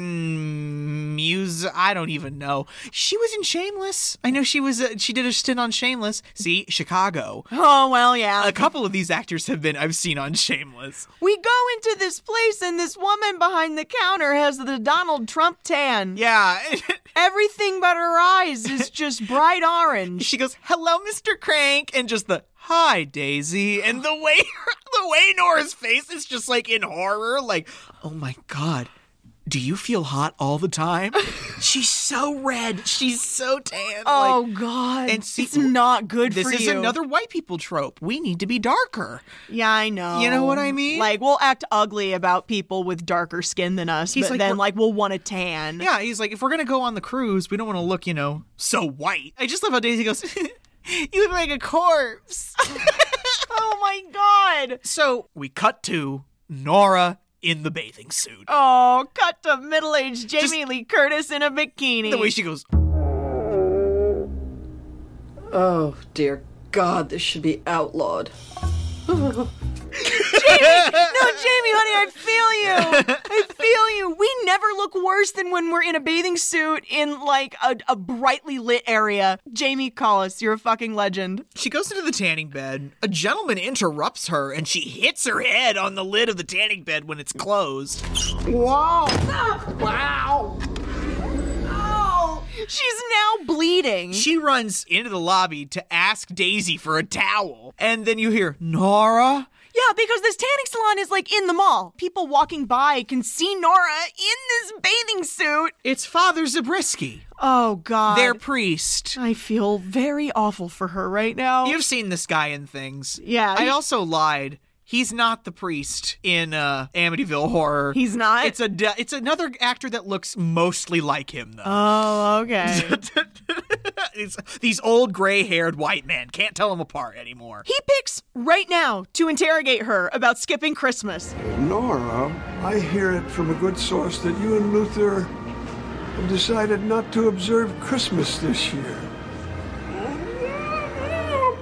S1: Arden Muse. I don't even know. She was in Shameless. I know she was. Uh, she did a stint on Shameless. See, Chicago.
S2: Oh well, yeah.
S1: A couple of these actors have been I've seen on Shameless.
S2: We go into this place, and this woman behind the counter has the Donald Trump tan.
S1: Yeah. [LAUGHS]
S2: Everything but her eyes is just bright orange.
S1: She goes, "Hello, Mr. Crank," and just the "Hi, Daisy," and the way the way Nora's face is just like in horror, like, "Oh my god." do you feel hot all the
S2: [LAUGHS]
S1: time? she's so red. She's so tan.
S2: Oh like, God! And see, it's not good.
S1: This
S2: is
S1: you. another white people trope. We need to be darker.
S2: Yeah, I know.
S1: You know what I mean?
S2: Like we'll act ugly about people with darker skin than us, he's but like, then like we'll want a tan.
S1: Yeah, he's like, if we're gonna go on the cruise, we don't want to look, you know, so white. I just love how Daisy goes. [LAUGHS] you look like a corpse.
S2: [LAUGHS] oh my God!
S1: So we cut to Nora in the bathing suit.
S2: Oh, cut to middle aged Jamie Just Lee Curtis in a bikini.
S1: The way she goes.
S4: Oh, dear God, this should be outlawed.
S2: Jamie, no, Jamie, honey, I feel you. I feel you. We never look worse than when we're in a bathing suit in like a, a brightly lit area. Jamie Collis, you're a fucking legend.
S1: She goes into the tanning bed. A gentleman interrupts her and she hits her head on the lid of the tanning bed when it's closed.
S12: Whoa! wow!
S2: She's now bleeding.
S1: She runs into the lobby to ask Daisy for a towel. And then you hear, Nora?
S2: Yeah, because this tanning salon is like in the mall. People walking by can see Nora in this bathing suit.
S1: It's Father Zabriskie.
S2: Oh, God.
S1: Their priest.
S2: I feel very awful for her right now.
S1: You've seen this guy in things.
S2: Yeah.
S1: I also lied. He's not the priest in uh, Amityville Horror.
S2: He's not.
S1: It's a de- it's another actor that looks mostly like him though.
S2: Oh, okay.
S1: [LAUGHS] these old gray-haired white men can't tell them apart anymore.
S2: He picks right now to interrogate her about skipping Christmas.
S13: Nora, I hear it from a good source that you and Luther have decided not to observe Christmas this year.
S4: Oh,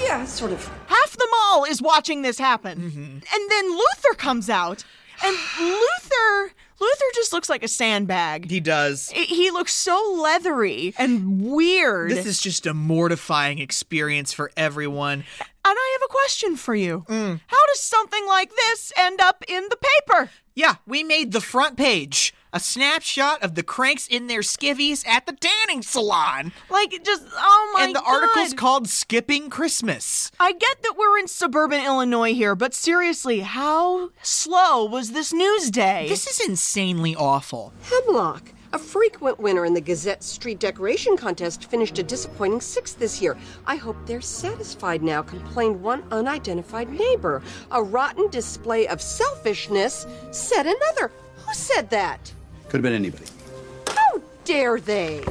S4: Yeah, sort of.
S2: Half the mall is watching this happen. Mm-hmm. And then Luther comes out.
S1: [SIGHS]
S2: And Luther Luther just looks like a sandbag.
S1: He does.
S2: It, he looks so leathery and weird.
S1: This is just a mortifying experience for everyone.
S2: And I have a question for you. Mm. How does something like this end up in the paper?
S1: Yeah, we made the front page. A snapshot of the cranks in their skivvies at the tanning salon.
S2: Like, just, oh my
S1: And the
S2: God.
S1: article's called Skipping Christmas.
S2: I get that we're in suburban Illinois here, but seriously, how slow was this news day?
S1: This is insanely awful.
S6: Hemlock. A frequent winner in the Gazette Street Decoration Contest finished a disappointing sixth this year. I hope they're satisfied now, complained one unidentified neighbor. A rotten display of selfishness, said another. Who said that?
S5: Could have been anybody.
S6: How dare they?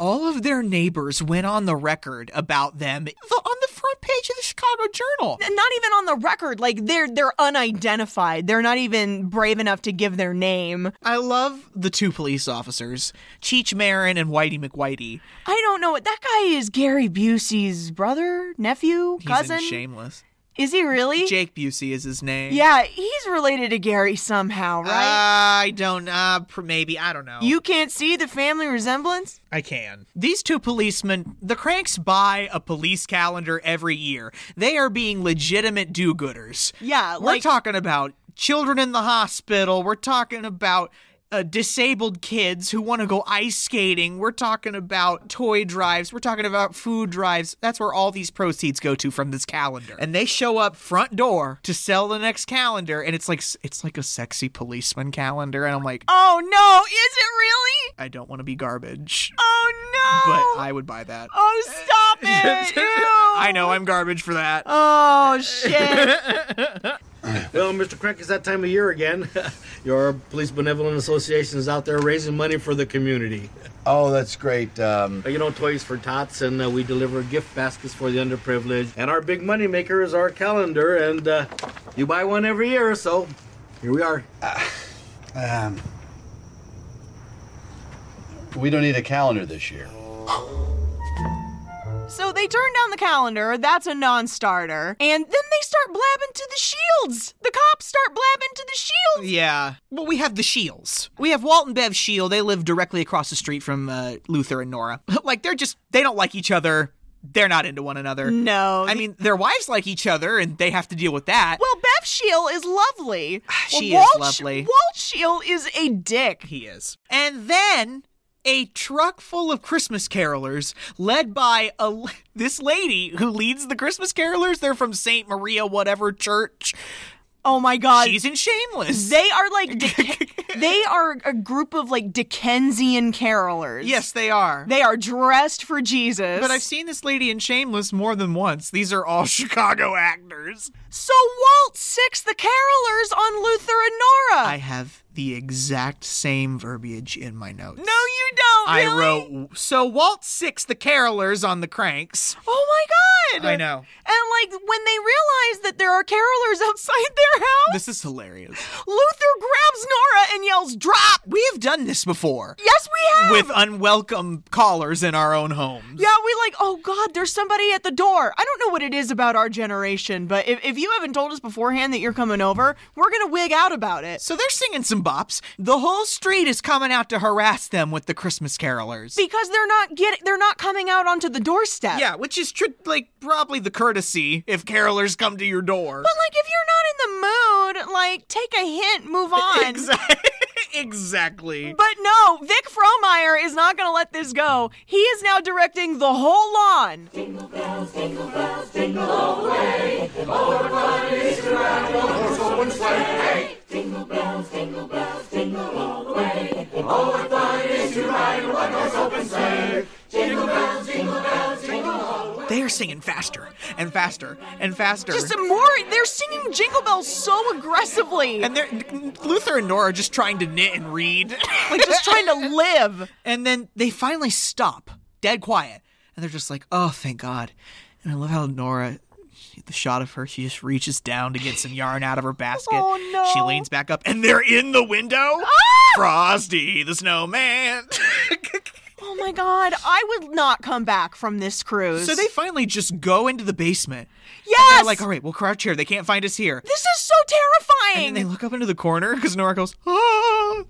S1: All of their neighbors went on the record about them the, on the front page of the Chicago Journal.
S2: N- Not even on the record, like they're they're unidentified. They're not even brave enough to give their name.
S1: I love the two police officers, Cheech Marin and Whitey McWhitey.
S2: I don't know what that guy is. Gary Busey's brother, nephew, cousin.
S1: He's in Shameless.
S2: Is he really?
S1: Jake Busey is his name.
S2: Yeah, he's related to Gary somehow, right?
S1: Uh, I don't. Uh, pr- maybe I don't know.
S2: You can't see the family resemblance.
S1: I can. These two policemen, the cranks buy a police calendar every year. They are being legitimate do-gooders.
S2: Yeah,
S1: we're
S2: like
S1: talking about children in the hospital. We're talking about uh, disabled kids who want to go ice skating. We're talking about toy drives. We're talking about food drives. That's where all these proceeds go to from this calendar. And they show up front door to sell the next calendar, and it's like it's like a sexy policeman calendar, and I'm like,
S2: oh no, is it really?
S1: I don't want to be garbage.
S2: Oh
S1: no! But I would buy that.
S2: Oh
S1: [LAUGHS]
S2: stop it!
S1: I know I'm garbage for that.
S2: Oh
S1: [LAUGHS]
S2: shit!
S14: Well, Mr. Crank, it's that time of year again. [LAUGHS] Your Police Benevolent Association is out there raising money for the community.
S5: Oh, that's great. Um,
S14: you know, Toys for Tots, and uh, we deliver gift baskets for the underprivileged. And our big money maker is our calendar, and uh, you buy one every year, so
S5: Ah,
S14: here we are.
S13: Uh, um,
S5: We don't need a calendar this year.
S2: So they turn down the calendar. That's a non starter. And then they start blabbing to the shields. The cops start blabbing to the shields.
S1: Yeah. Well, we have the Shields. We have Walt and Bev Shield. They live directly across the street from uh, Luther and Nora. [LAUGHS] like, they're just, they don't like each other. They're not into one another.
S2: No.
S1: I mean, their wives like each other and they have to deal with that.
S2: Well, Bev Shield is lovely.
S1: [SIGHS] She
S2: Well,
S1: is
S2: Walt Sh-
S1: lovely.
S2: Walt Shield is a dick.
S1: He is. And then a truck full of Christmas carolers led by a l- [LAUGHS] this lady who leads the Christmas carolers. They're from St. Maria whatever church.
S2: Oh my god.
S1: She's in Shameless.
S2: [LAUGHS] They
S1: [LAUGHS]
S2: are like Dick- they are a group of like Dickensian carolers.
S1: Yes, they are.
S2: They are dressed for Jesus.
S1: But I've seen this lady in Shameless more than once. These are all [LAUGHS] Chicago actors.
S2: So Walt six the carolers on Luther and Nora. [LAUGHS]
S1: I have the exact same verbiage in my notes.
S2: no, you don't.
S1: I
S2: really?
S1: wrote so Walt six the carolers on the cranks.
S2: Oh my god.
S1: I know.
S2: And like when they realize that there are carolers [LAUGHS] outside their house,
S1: This is hilarious.
S2: Luther grabs Nora and yells, "Drop!"
S1: We have done this before
S2: Yes, we have.
S1: with unwelcome callers in our own home.
S2: Yeah, we like, oh God, there's somebody at the door. I don't know what it is about our generation, but if, if you haven't told us beforehand that you're coming over, we're going to wig out about it.
S1: So they're singing some bops. The whole street is coming out to harass them with the Christmas carolers.
S2: Because they're not getting, they're not coming out onto the doorstep.
S1: Yeah, which is tr- like probably the courtesy if carolers come to your door.
S2: But like, if you're not in the mood, like, take a
S1: [LAUGHS]
S2: hint, move on.
S1: Exactly. exactly.
S2: But no, Vic Frohmeyer is not going to let this go. He is now directing the whole lawn.
S1: They are singing faster and faster and faster.
S2: Just a more, they're singing Jingle Bells so aggressively.
S1: and they're Luther and Nora are just trying to knit and read. [LAUGHS]
S2: like, just trying to live.
S1: and then they finally stop, dead quiet, and they're just like, "Oh, thank God!" And I love how Nora. she- The shot of her, she just reaches down to get some yarn out of her basket.
S2: Oh, no.
S1: She leans back up, and they're in the window. Frosty the [LAUGHS] Snowman.
S2: Oh my god, I would not come back from this cruise.
S1: so they finally just go into the basement. And
S2: Yes!
S1: they're like, all right, we'll crouch here. They can't find us here.
S2: this is so
S1: And
S2: terrifying.
S1: then they look up into the corner because Nora goes, ah!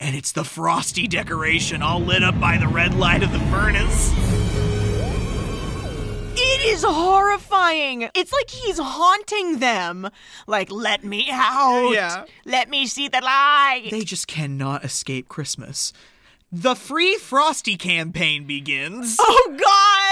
S1: And it's the frosty decoration all lit up by the red light of the furnace.
S2: it is horrifying. It's like he's haunting them. Like, let me out.
S1: Yeah.
S2: Let me see the light.
S1: They just cannot escape Christmas. The free frosty campaign begins.
S2: [LAUGHS] Oh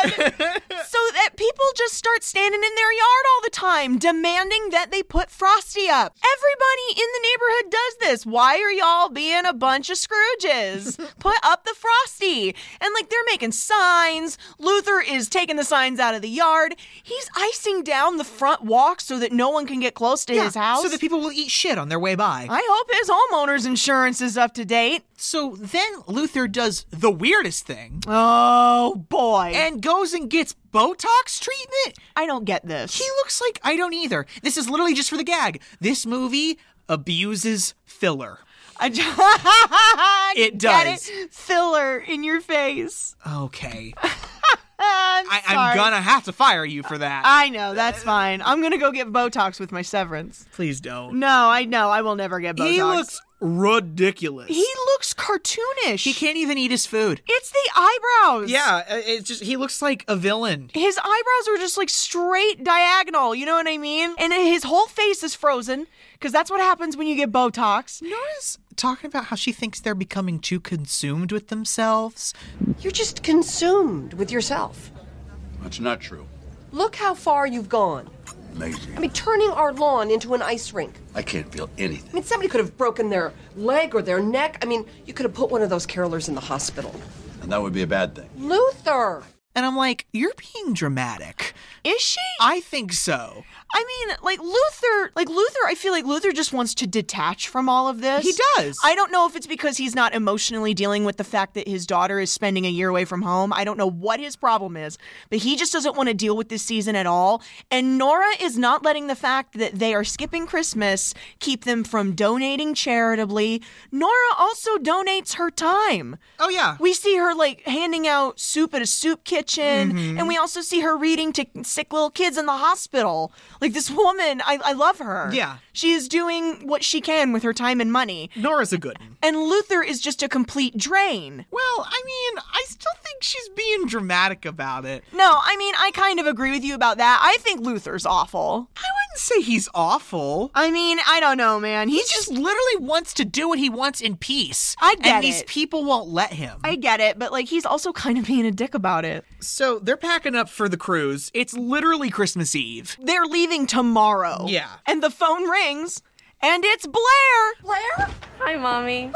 S1: [LAUGHS]
S2: god. so that people just start standing in their yard all the time demanding that they put Frosty up. Everybody in the neighborhood does this. Why are y'all being a bunch
S1: [LAUGHS]
S2: of Scrooges? put up the Frosty. And like they're making signs. Luther is taking the signs out of the yard. He's icing down the front walk so that no one can get close to
S1: Yeah,
S2: his house.
S1: So that people will eat shit on their way by.
S2: I hope his homeowner's insurance is up to date.
S1: so then Luther does the weirdest thing
S2: Oh boy.
S1: and goes and gets Botox treatment.
S2: I don't get this.
S1: He looks like I don't either. This is literally just for the gag. This movie abuses filler.
S2: [LAUGHS] I ju-
S1: It
S2: Get
S1: does.
S2: it? Filler in your face. [LAUGHS]
S1: Okay.
S2: I'm
S1: I,
S2: sorry.
S1: I'm gonna have to fire you for that.
S2: I know that's fine. I'm gonna go get Botox with my severance.
S1: Please don't.
S2: No, I know I will never get Botox.
S1: He looks ridiculous.
S2: He looks cartoonish.
S1: he can't even eat his food.
S2: It's the eyebrows.
S1: Yeah, uh, it's just he looks like a villain.
S2: His eyebrows are just like straight diagonal. You know what I mean? And his whole face is frozen because that's what happens when you get Botox.
S1: Nora's talking about how she thinks they're becoming too consumed with themselves.
S4: You're just consumed with yourself.
S5: That's not true.
S4: Look how far you've gone.
S5: Amazing.
S4: I mean, turning our lawn into an ice rink.
S5: I can't feel anything.
S4: I mean, somebody could have broken their leg or their neck. I mean, you could have put one of those carolers in the hospital.
S5: And that would be a bad thing.
S4: Luther!
S1: And I'm like, you're being dramatic.
S2: Is she?
S1: I think so.
S2: I mean, like Luther, like Luther, I feel like Luther just wants to detach from all of this.
S1: He does.
S2: I don't know if it's because he's not emotionally dealing with the fact that his daughter is spending a year away from home. I don't know what his problem is, but he just doesn't want to deal with this season at all. And Nora is not letting the fact that they are skipping Christmas keep them from donating charitably. Nora also donates her time.
S1: Oh yeah.
S2: We see her like handing out soup at a soup kitchen,
S1: Mhm.
S2: and we also see her reading to sick little kids in the hospital. Like this woman, I, I love her.
S1: Yeah.
S2: She is doing what she can with her time and money.
S1: Nora's a good
S2: And Luther is just a complete drain.
S1: Well, I mean, I still think she's being dramatic about it.
S2: No, I mean, I kind of agree with you about that. I think Luther's awful. I
S1: wouldn't say he's awful.
S2: I mean, I don't know, man. He's
S1: He just literally wants to do what he wants in peace.
S2: I get
S1: And these
S2: it.
S1: people won't let him.
S2: I get it, but like he's also kind of being a dick about it.
S1: So they're packing up for the cruise. It's literally Christmas Eve.
S2: They're leaving tomorrow.
S1: Yeah.
S2: And the phone rings, and it's Blair.
S15: Blair? Hi, [LAUGHS] mommy.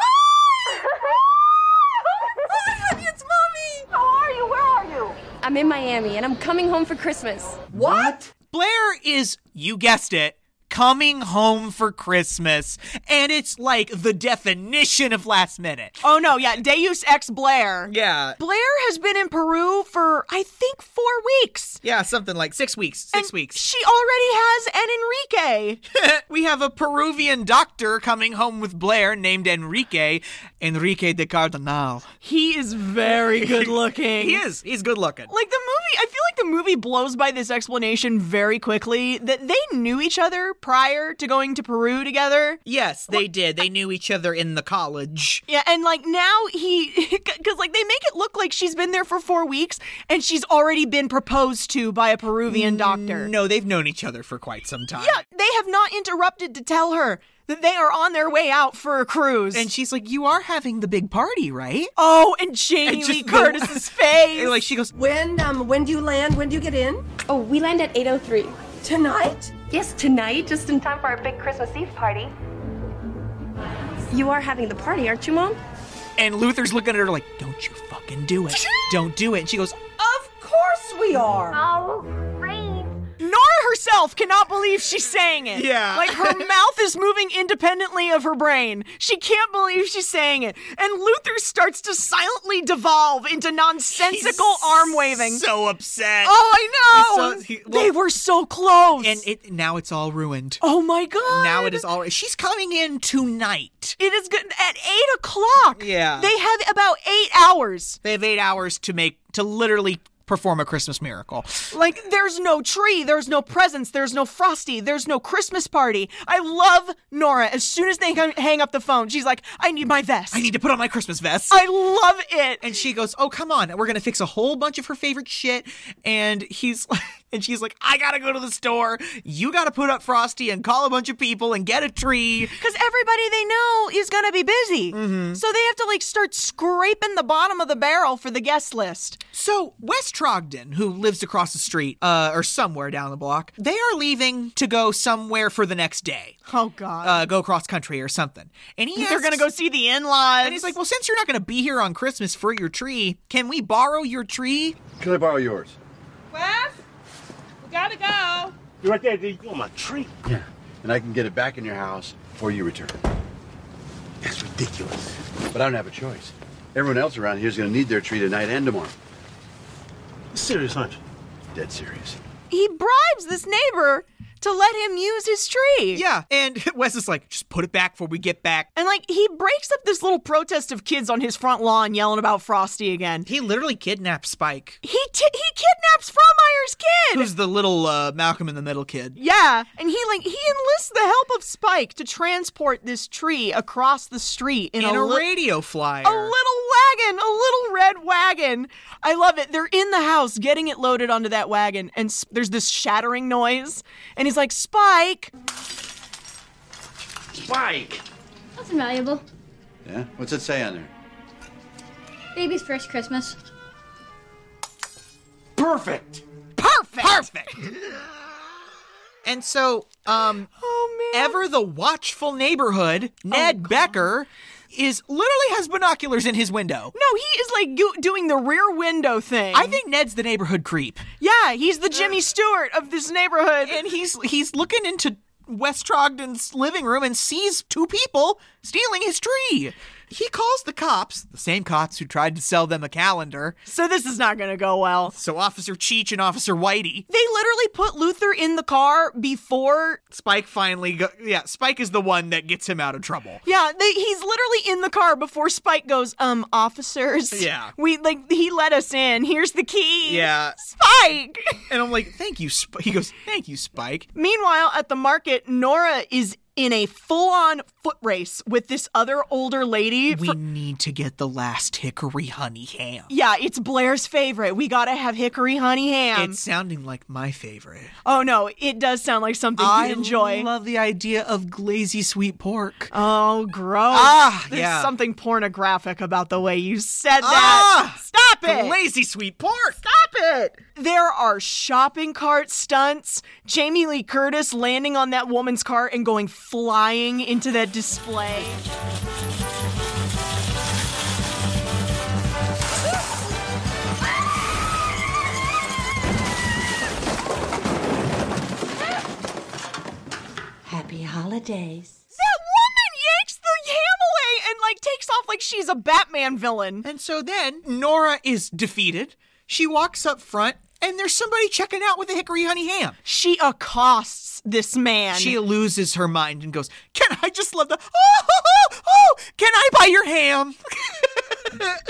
S15: it's mommy. How are you? Where are you? I'm in Miami, and I'm coming home for Christmas.
S1: What? Blair is, you guessed it, coming home for Christmas. And it's like the definition of last minute.
S2: Oh no, yeah, Deus ex Blair.
S1: Yeah.
S2: Blair has been in Peru for I think four weeks.
S1: Yeah, something like six weeks. Six weeks.
S2: She already has an
S1: [LAUGHS]
S2: Enrique.
S1: we have a Peruvian doctor coming home with Blair named Enrique, Enrique de Cardinal.
S2: He is very good
S1: [LAUGHS]
S2: looking. [LAUGHS]
S1: he is. He's good looking.
S2: Like the movie, I feel like the movie blows by this explanation very quickly that they knew each other prior to going to Peru together.
S1: Yes, they did. They knew each other in the college.
S2: Yeah, and like now he, [LAUGHS] because like they make it look like she's been there for four weeks and she's already been proposed to by a Peruvian doctor.
S1: No, they've known each other for quite some time.
S2: Yeah, they have not interrupted to tell her that they are on their way out for a cruise.
S1: And she's like, You are having the big party, right?
S2: Oh, and
S1: [LAUGHS]
S2: Jamie
S1: And
S2: Lee
S1: just the-
S2: Curtis's face.
S1: like she goes,
S15: When um when do you land? When do you get in? Oh, we land at 8:03. Tonight? Yes, tonight, just in time for our big Christmas Eve party. You are having the party, aren't you, mom?
S1: And Luther's looking at her like, Don't you fucking do
S2: [LAUGHS]
S1: it. Don't do it. And she goes,
S15: Of course
S1: we are.
S15: Oh,
S2: Nora herself cannot believe she's saying it.
S1: Yeah.
S2: Like
S1: [LAUGHS]
S2: her mouth is moving independently of her brain. She can't believe she's saying it. And Luther starts to silently devolve into nonsensical arm waving.
S1: So upset.
S2: Oh, I
S1: So
S2: know.
S1: he-
S2: they were so close.
S1: And it now it's all ruined.
S2: Oh my god.
S1: Now it is all She's coming in tonight.
S2: It is good at eight o'clock.
S1: Yeah.
S2: They have about eight hours.
S1: They have eight hours to make to literally perform a Christmas miracle.
S2: Like, there's no tree, there's no presents, there's no frosty, there's no Christmas party. I love Nora. As soon as they hang- hang up the phone, she's like, I need my vest.
S1: I need to put on my Christmas vest.
S2: I love it.
S1: And she goes, "Oh, come on. We're going to fix a whole bunch of her favorite shit." And he's and she's like, [LAUGHS] "I got to go to the store. You got to put up Frosty and call a bunch of people and get a tree."
S2: Because everybody they know is going to be busy.
S1: Mm-hmm.
S2: So they have to, like, start scraping the bottom of the barrel for the guest list.
S1: So West Trogdon, who lives across the street uh, or somewhere down the block, they are leaving to go somewhere for the next day,
S2: Oh, God.
S1: uh, go cross country or something. And he
S2: They're
S1: asks-
S2: going to go see the in laws.
S1: And he's like, "Well, since you're not going to be here on Christmas for your tree, can we borrow your tree?"
S9: Can I borrow yours?
S16: Wes, we gotta go.
S9: You're right there, dude. You want my tree? Yeah. And I can get it back in your house before you return. That's ridiculous. But I don't have a choice. Everyone else around here is going to need their tree tonight and tomorrow. Serious, aren't you? Dead serious.
S2: he bribes this neighbor to let him use his tree.
S1: Yeah. And [LAUGHS] Wes is like, "Just put it back before we get back."
S2: And like he breaks up this little protest of kids on his front lawn yelling about Frosty again.
S1: He literally kidnaps Spike.
S2: He t- he kidnaps Frommeyer's kid.
S1: Who's the little uh, Malcolm in the Middle kid?
S2: yeah, and he like he enlists the help of Spike to transport this tree across the street in,
S1: In a
S2: li-
S1: radio flyer.
S2: A little wagon, a little red wagon. I love it. They're in the house getting it loaded onto that wagon, and s- there's this shattering noise, and he's like, "Spike,
S9: Spike!
S17: That's invaluable.
S9: Yeah? What's it say on there?
S17: Baby's first Christmas.
S9: Perfect!
S2: Perfect.
S1: Perfect. and so, um,
S2: oh,
S1: man. ever the watchful neighborhood, Ned Becker is literally has binoculars in his window.
S2: No, he is like go- doing the rear window thing.
S1: I think Ned's the neighborhood creep.
S2: Yeah, he's the Jimmy Stewart of this neighborhood.
S1: And he's he's looking into West Trogdon's living room and sees two people stealing his tree. He calls the cops, the same cops who tried to sell them a calendar.
S2: So this is not going to go well.
S1: So Officer Cheech and Officer Whitey,
S2: They literally put Luther in the car before.
S1: Spike finally go- yeah, Spike is the one that gets him out of trouble.
S2: Yeah, they, he's literally in the car before Spike goes, um, officers.
S1: Yeah.
S2: We, like, he let us in. Here's the key.
S1: Yeah.
S2: Spike!
S1: And I'm like, "Thank you." Sp-. He goes, "Thank you, Spike."
S2: Meanwhile, at the market, Nora is in a full on foot race with this other older lady.
S1: We
S2: for-
S1: need to get the last hickory honey ham.
S2: yeah, it's Blair's favorite. We gotta have hickory honey ham.
S1: It's sounding like my favorite.
S2: oh no, it does sound like something
S1: I
S2: you enjoy.
S1: love the idea of glazy sweet pork.
S2: oh, gross.
S1: Ah,
S2: There's
S1: yeah.
S2: something pornographic about the way you said that.
S1: Ah,
S2: Stop it!
S1: glazy sweet pork.
S2: Stop it! There are shopping cart stunts. Jamie Lee Curtis landing on that woman's cart and going flying into that display.
S18: Happy holidays.
S2: That woman yanks the ham away and like takes off like she's a Batman villain.
S1: And so then Nora is defeated. She walks up front, and there's somebody checking out with a hickory honey ham.
S2: She accosts this man.
S1: She loses her mind and goes, "Can I just love the? Oh, oh, oh, can I buy your ham?" [LAUGHS]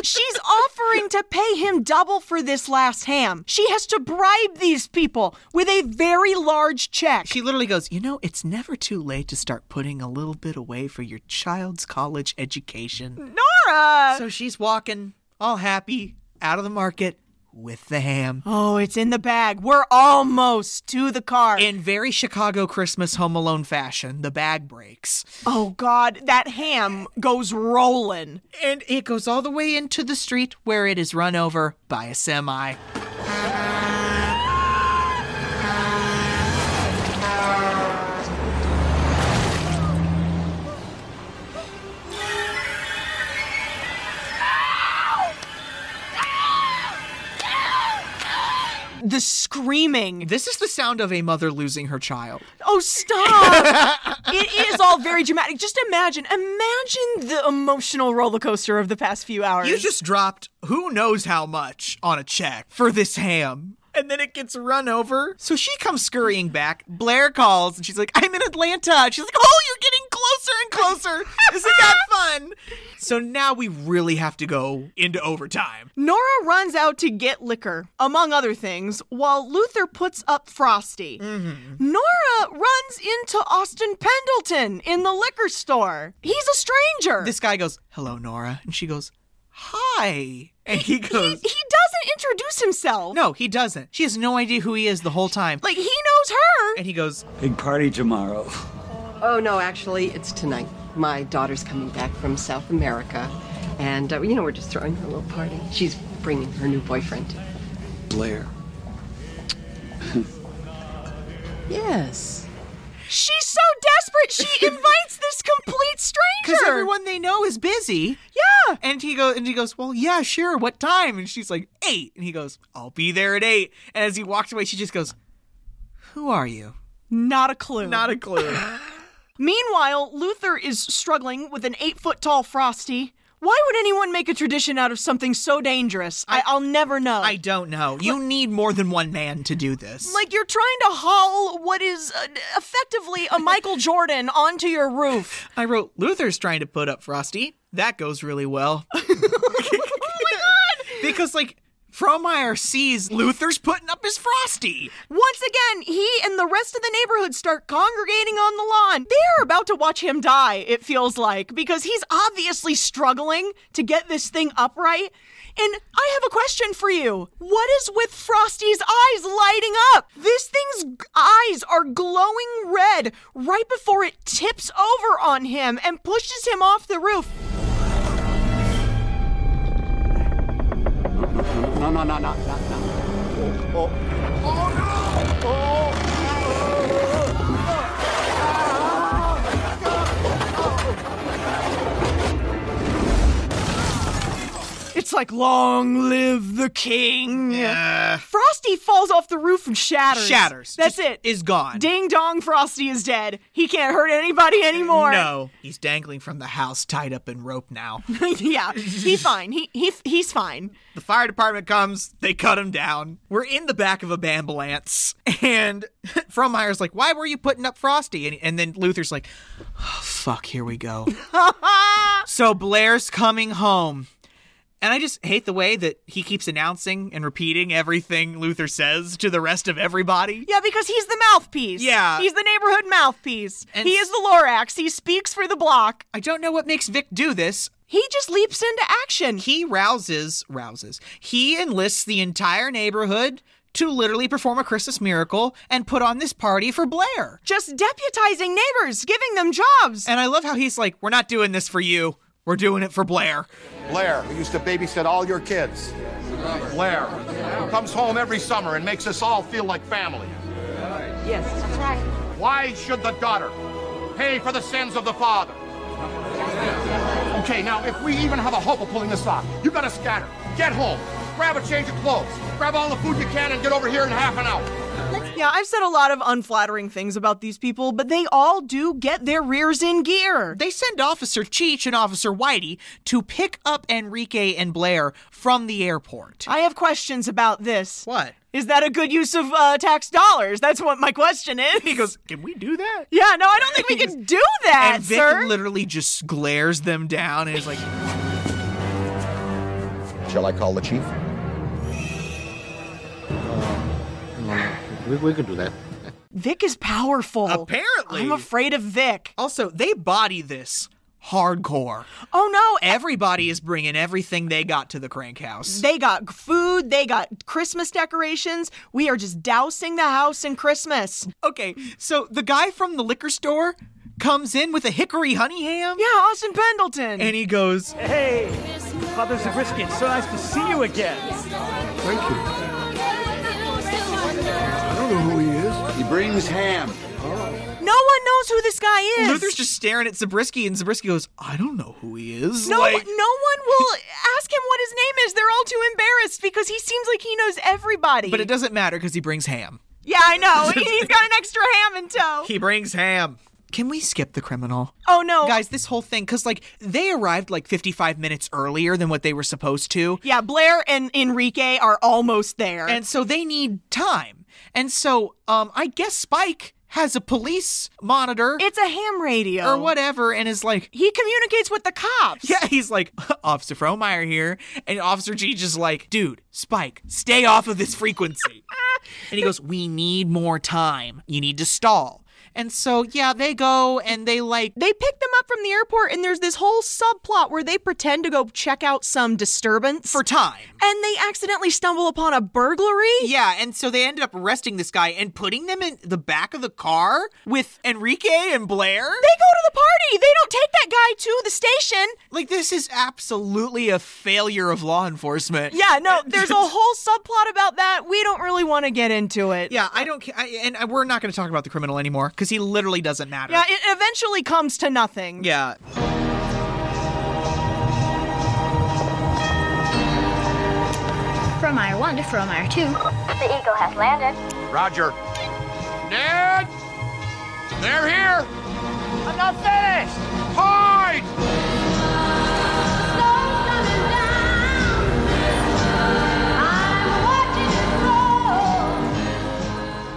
S2: She's offering to pay him double for this last ham. She has to bribe these people with a very large check.
S1: She literally goes, You know, it's never too late to start putting a little bit away for your child's college education.
S2: Nora!
S1: So she's walking all happy out of the market with the ham.
S2: Oh, it's in the bag. We're almost to the car.
S1: In very Chicago Christmas Home Alone fashion, the bag breaks.
S2: oh, God, that ham goes rolling.
S1: And it goes all the way into the street where it is run over by a semi.
S2: The screaming.
S1: This is the sound of a mother losing her child.
S2: Oh, stop!
S1: [LAUGHS]
S2: it is all very dramatic. Just imagine, imagine the emotional roller coaster of the past few hours.
S1: You just dropped who knows how much on a check for this ham. And then it gets run over. So she comes scurrying back. Blair calls and she's like, I'm in Atlanta. And She's like, Oh, you're getting closer and closer. Isn't that fun? So now we really have to go into overtime.
S2: Nora runs out to get liquor, among other things, while Luther puts up Frosty.
S1: Mm-hmm.
S2: Nora runs into Austin Pendleton in the liquor store. He's a stranger.
S1: This guy goes, Hello, Nora. And she goes, Hi. And he
S2: he, he
S1: goes,
S2: doesn't introduce himself.
S1: No, he doesn't. She has no idea who he is the whole time.
S2: Like, he knows her.
S1: And he goes,
S19: Big party tomorrow.
S4: Oh, no, actually, it's tonight. My daughter's coming back from South America. And, uh, you know, we're just throwing her a little party. She's bringing her new boyfriend.
S19: Blair.
S4: Yes.
S2: She's so desperate,
S1: [LAUGHS]
S2: she invites this complete
S1: because
S2: stranger.
S1: everyone they know is busy.
S2: Yeah.
S1: And he goes, and he goes, well, yeah, sure. What time? And she's like, eight. And he goes, I'll be there at eight. And as he walks away, she just goes, Who are you?
S2: Not a clue.
S1: Not a clue.
S2: Meanwhile, Luther is struggling with an eight foot tall Frosty. Why would anyone make a tradition out of something so dangerous? I, I'll never know.
S1: [LAUGHS] I don't know. You need more than one man to do this.
S2: Like you're trying to haul what is uh, effectively a Michael Jordan onto your roof.
S1: I wrote, Luther's trying to put up Frosty. That goes really
S2: [LAUGHS]
S1: well.
S2: Oh
S1: because, like, Fromeyer sees Luther's putting up his Frosty.
S2: Once again, he and the rest of the neighborhood start congregating on the lawn. They're about to watch him die, it feels like, because he's obviously struggling to get this thing upright. And I have a question for you. What is with Frosty's eyes lighting up? This thing's g- eyes are glowing red right before it tips over on him and pushes him off the roof.
S12: No, no, no, no, no, no. Oh, oh. Oh, no! Oh.
S2: It's like long live the king. Frosty falls off the roof and shatters.
S1: Shatters.
S2: That's it.
S1: Is gone.
S2: Ding dong, Frosty is dead. He can't hurt anybody anymore.
S1: No, he's dangling from the house, tied up in rope now.
S2: [LAUGHS] yeah, he's fine. He, he he's fine.
S1: The fire department comes. They cut him down. We're in the back of a ambulance, and [LAUGHS] Fromeyer's like, "Why were you putting up Frosty?" And, and then Luther's like, oh, "Fuck, here we go." so Blair's coming home. And I just hate the way that he keeps announcing and repeating everything Luther says to the rest of everybody.
S2: Yeah, because he's the mouthpiece.
S1: Yeah.
S2: He's the neighborhood mouthpiece. he is the Lorax. He speaks for the block.
S1: I don't know what makes Vic do this.
S2: He just leaps into action.
S1: He rouses, rouses. He enlists the entire neighborhood to literally perform a Christmas miracle and put on this party for Blair.
S2: Just deputizing neighbors, giving them jobs.
S1: And I love how he's like, we're not doing this for you. We're doing it for Blair.
S20: Blair, who used to babysit all your kids. Blair, who comes home every summer and makes us all feel like family.
S4: Yes, that's right.
S20: Why should the daughter pay for the sins of the father? Okay, now if we even have a hope of pulling this off, you gotta scatter. Get home. Grab a change of clothes. Grab all the food you can and get over here in half an hour.
S2: Yeah, I've said a lot of unflattering things about these people, but they all do get their rears in gear.
S1: They send Officer Cheech and Officer Whitey to pick up Enrique and Blair from the airport.
S2: I have questions about this.
S1: What?
S2: Is that a good use of uh, tax dollars? That's what my question is.
S1: He goes, Can we do that?
S2: Yeah, no, I don't think we can do that,
S1: and Vic
S2: sir.
S1: literally just glares them down and is like,
S20: Shall I call the chief?
S14: We, we could do that.
S2: Vic is powerful.
S1: Apparently. Oh.
S2: I'm afraid of Vic.
S1: Also, they body this hardcore.
S2: Oh no,
S1: e- Everybody is bringing everything they got to the crank house.
S2: They got food, they got Christmas decorations. We are just dousing the house in Christmas.
S1: Mm. Okay, so the guy from the liquor store comes in with a hickory honey ham
S2: Yeah, Austin Pendleton.
S1: and he goes,
S7: Hey, Father Zabriskie, it's so nice to see you again.
S13: Thank you. I don't know who he
S21: Uh,
S13: is.
S5: He brings ham.
S2: no one knows who this guy is.
S1: Luther's just staring at Zabriskie, and Zabriskie goes, I don't know who he is.
S2: no,
S1: Like-
S2: no one will ask him what his name is. They're all too embarrassed because he seems like he knows everybody.
S1: but it doesn't matter because he brings ham.
S2: Yeah,
S1: [LAUGHS]
S2: I know. He- He's got an extra ham in tow.
S1: He brings ham. Can we skip the criminal?
S2: Oh no.
S1: Guys, this whole thing, because like they arrived like 55 minutes earlier than what they were supposed to.
S2: Yeah, Blair and Enrique are almost there.
S1: And so they need time. And so um I guess Spike has a police monitor
S2: it's a ham radio.
S1: or whatever and is like [LAUGHS]
S2: He communicates with the cops.
S1: yeah, he's like, [LAUGHS] Officer Frohmeyer here. And Officer G just like, dude, Spike, stay off of this frequency. and he goes, We need more time. You need to stall. And so, yeah, they go and they like,
S2: They pick them up from the airport, and there's this whole subplot where they pretend to go check out some disturbance.
S1: for time.
S2: and they accidentally stumble upon a burglary?
S1: Yeah, and so they ended up arresting this guy and putting them in the back of the car with Enrique and Blair.
S2: They go to the party. They don't take that guy to the station.
S1: Like, this is absolutely a failure of law enforcement.
S2: Yeah, [LAUGHS] no, there's a whole subplot about that. We don't really want to get into it.
S1: Yeah, I don't care. And I- we're not going to talk about the criminal anymore because he literally doesn't matter.
S2: Yeah, it eventually comes to nothing.
S1: yeah.
S17: From Iron 1 to From Iron 2.
S16: The Eagle has landed.
S20: Roger. Ned! They're here!
S16: I'm not finished!
S20: Hide!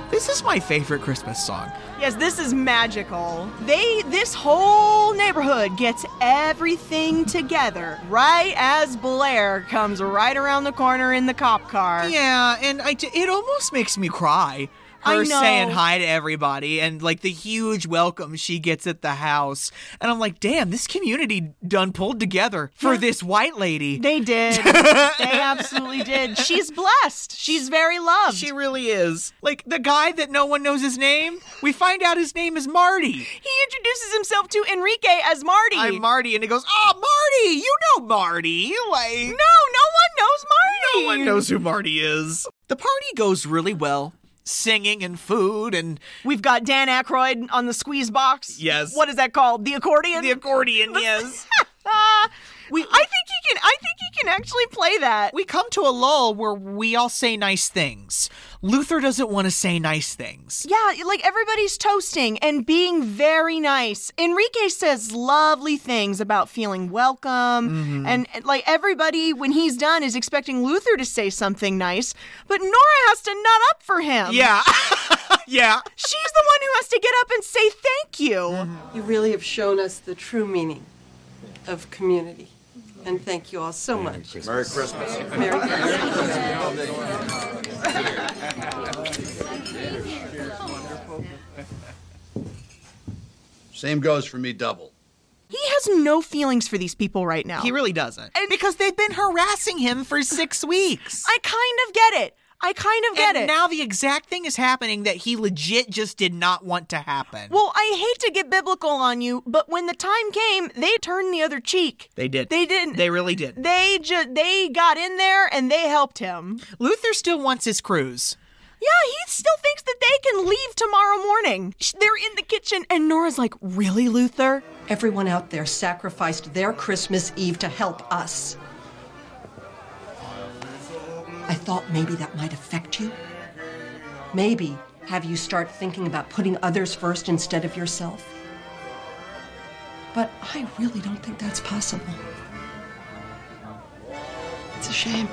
S1: This is my favorite Christmas song.
S2: Yes, this is magical. They, this whole neighborhood gets everything together right as Blair comes right around the corner in the cop car.
S1: Yeah, and I, ju- it almost makes me cry.
S2: I
S1: Her
S2: know.
S1: saying hi to everybody and like the huge welcome she gets at the house. And I'm like, damn, this community done pulled together for this white lady.
S2: They
S1: [LAUGHS]
S2: did. they absolutely did. She's blessed. She's very loved.
S1: She really is. Like the guy that no one knows his name, we find out his name is Marty.
S2: he introduces himself to Enrique as Marty.
S1: I'm Marty, and he goes, "Oh, Marty, you know Marty." Like
S2: no, no one knows Marty.
S1: no one knows who Marty is. The party goes really well, singing and food and
S2: We've got Dan Aykroyd on the squeeze box.
S1: Yes.
S2: What is [LAUGHS] that called? The accordion?
S1: the accordion. yes,
S2: Ah, we, I think he can. I think he can actually play that.
S1: We come to a lull where we all say nice things. Luther doesn't want to say nice things.
S2: Yeah, like everybody's toasting and being very nice. Enrique says lovely things about feeling welcome.
S1: Mhm.
S2: And like everybody, when he's done, is expecting Luther to say something nice, but Nora has to nut up for him.
S1: Yeah. [LAUGHS] yeah.
S2: She's the one who has to get up and say thank you.
S1: Mm-hmm.
S4: You really have shown us the true meaning of community. And thank you all so much.
S12: Merry Christmas.
S4: Merry
S5: Same goes for me double.
S2: He has no feelings for these people right now.
S1: He really doesn't. because they've been harassing him for six weeks.
S2: I kind of get it. I kind of get
S1: and
S2: it.
S1: now the exact thing is happening that he legit just did not want to happen.
S2: Well, I hate to get biblical on you, but when the time came, they turned the other cheek.
S1: They did.
S2: They didn't.
S1: They really did.
S2: They just they got in there and they helped him.
S1: Luther still wants his cruise.
S2: Yeah, he still thinks that they can leave tomorrow morning. Sh- They're in the kitchen and Nora's like, "Really, Luther?"
S4: Everyone out there sacrificed their Christmas Eve to help us. I thought maybe that might affect you. Maybe have you start thinking about putting others first instead of yourself. But I really don't think that's possible. It's a shame.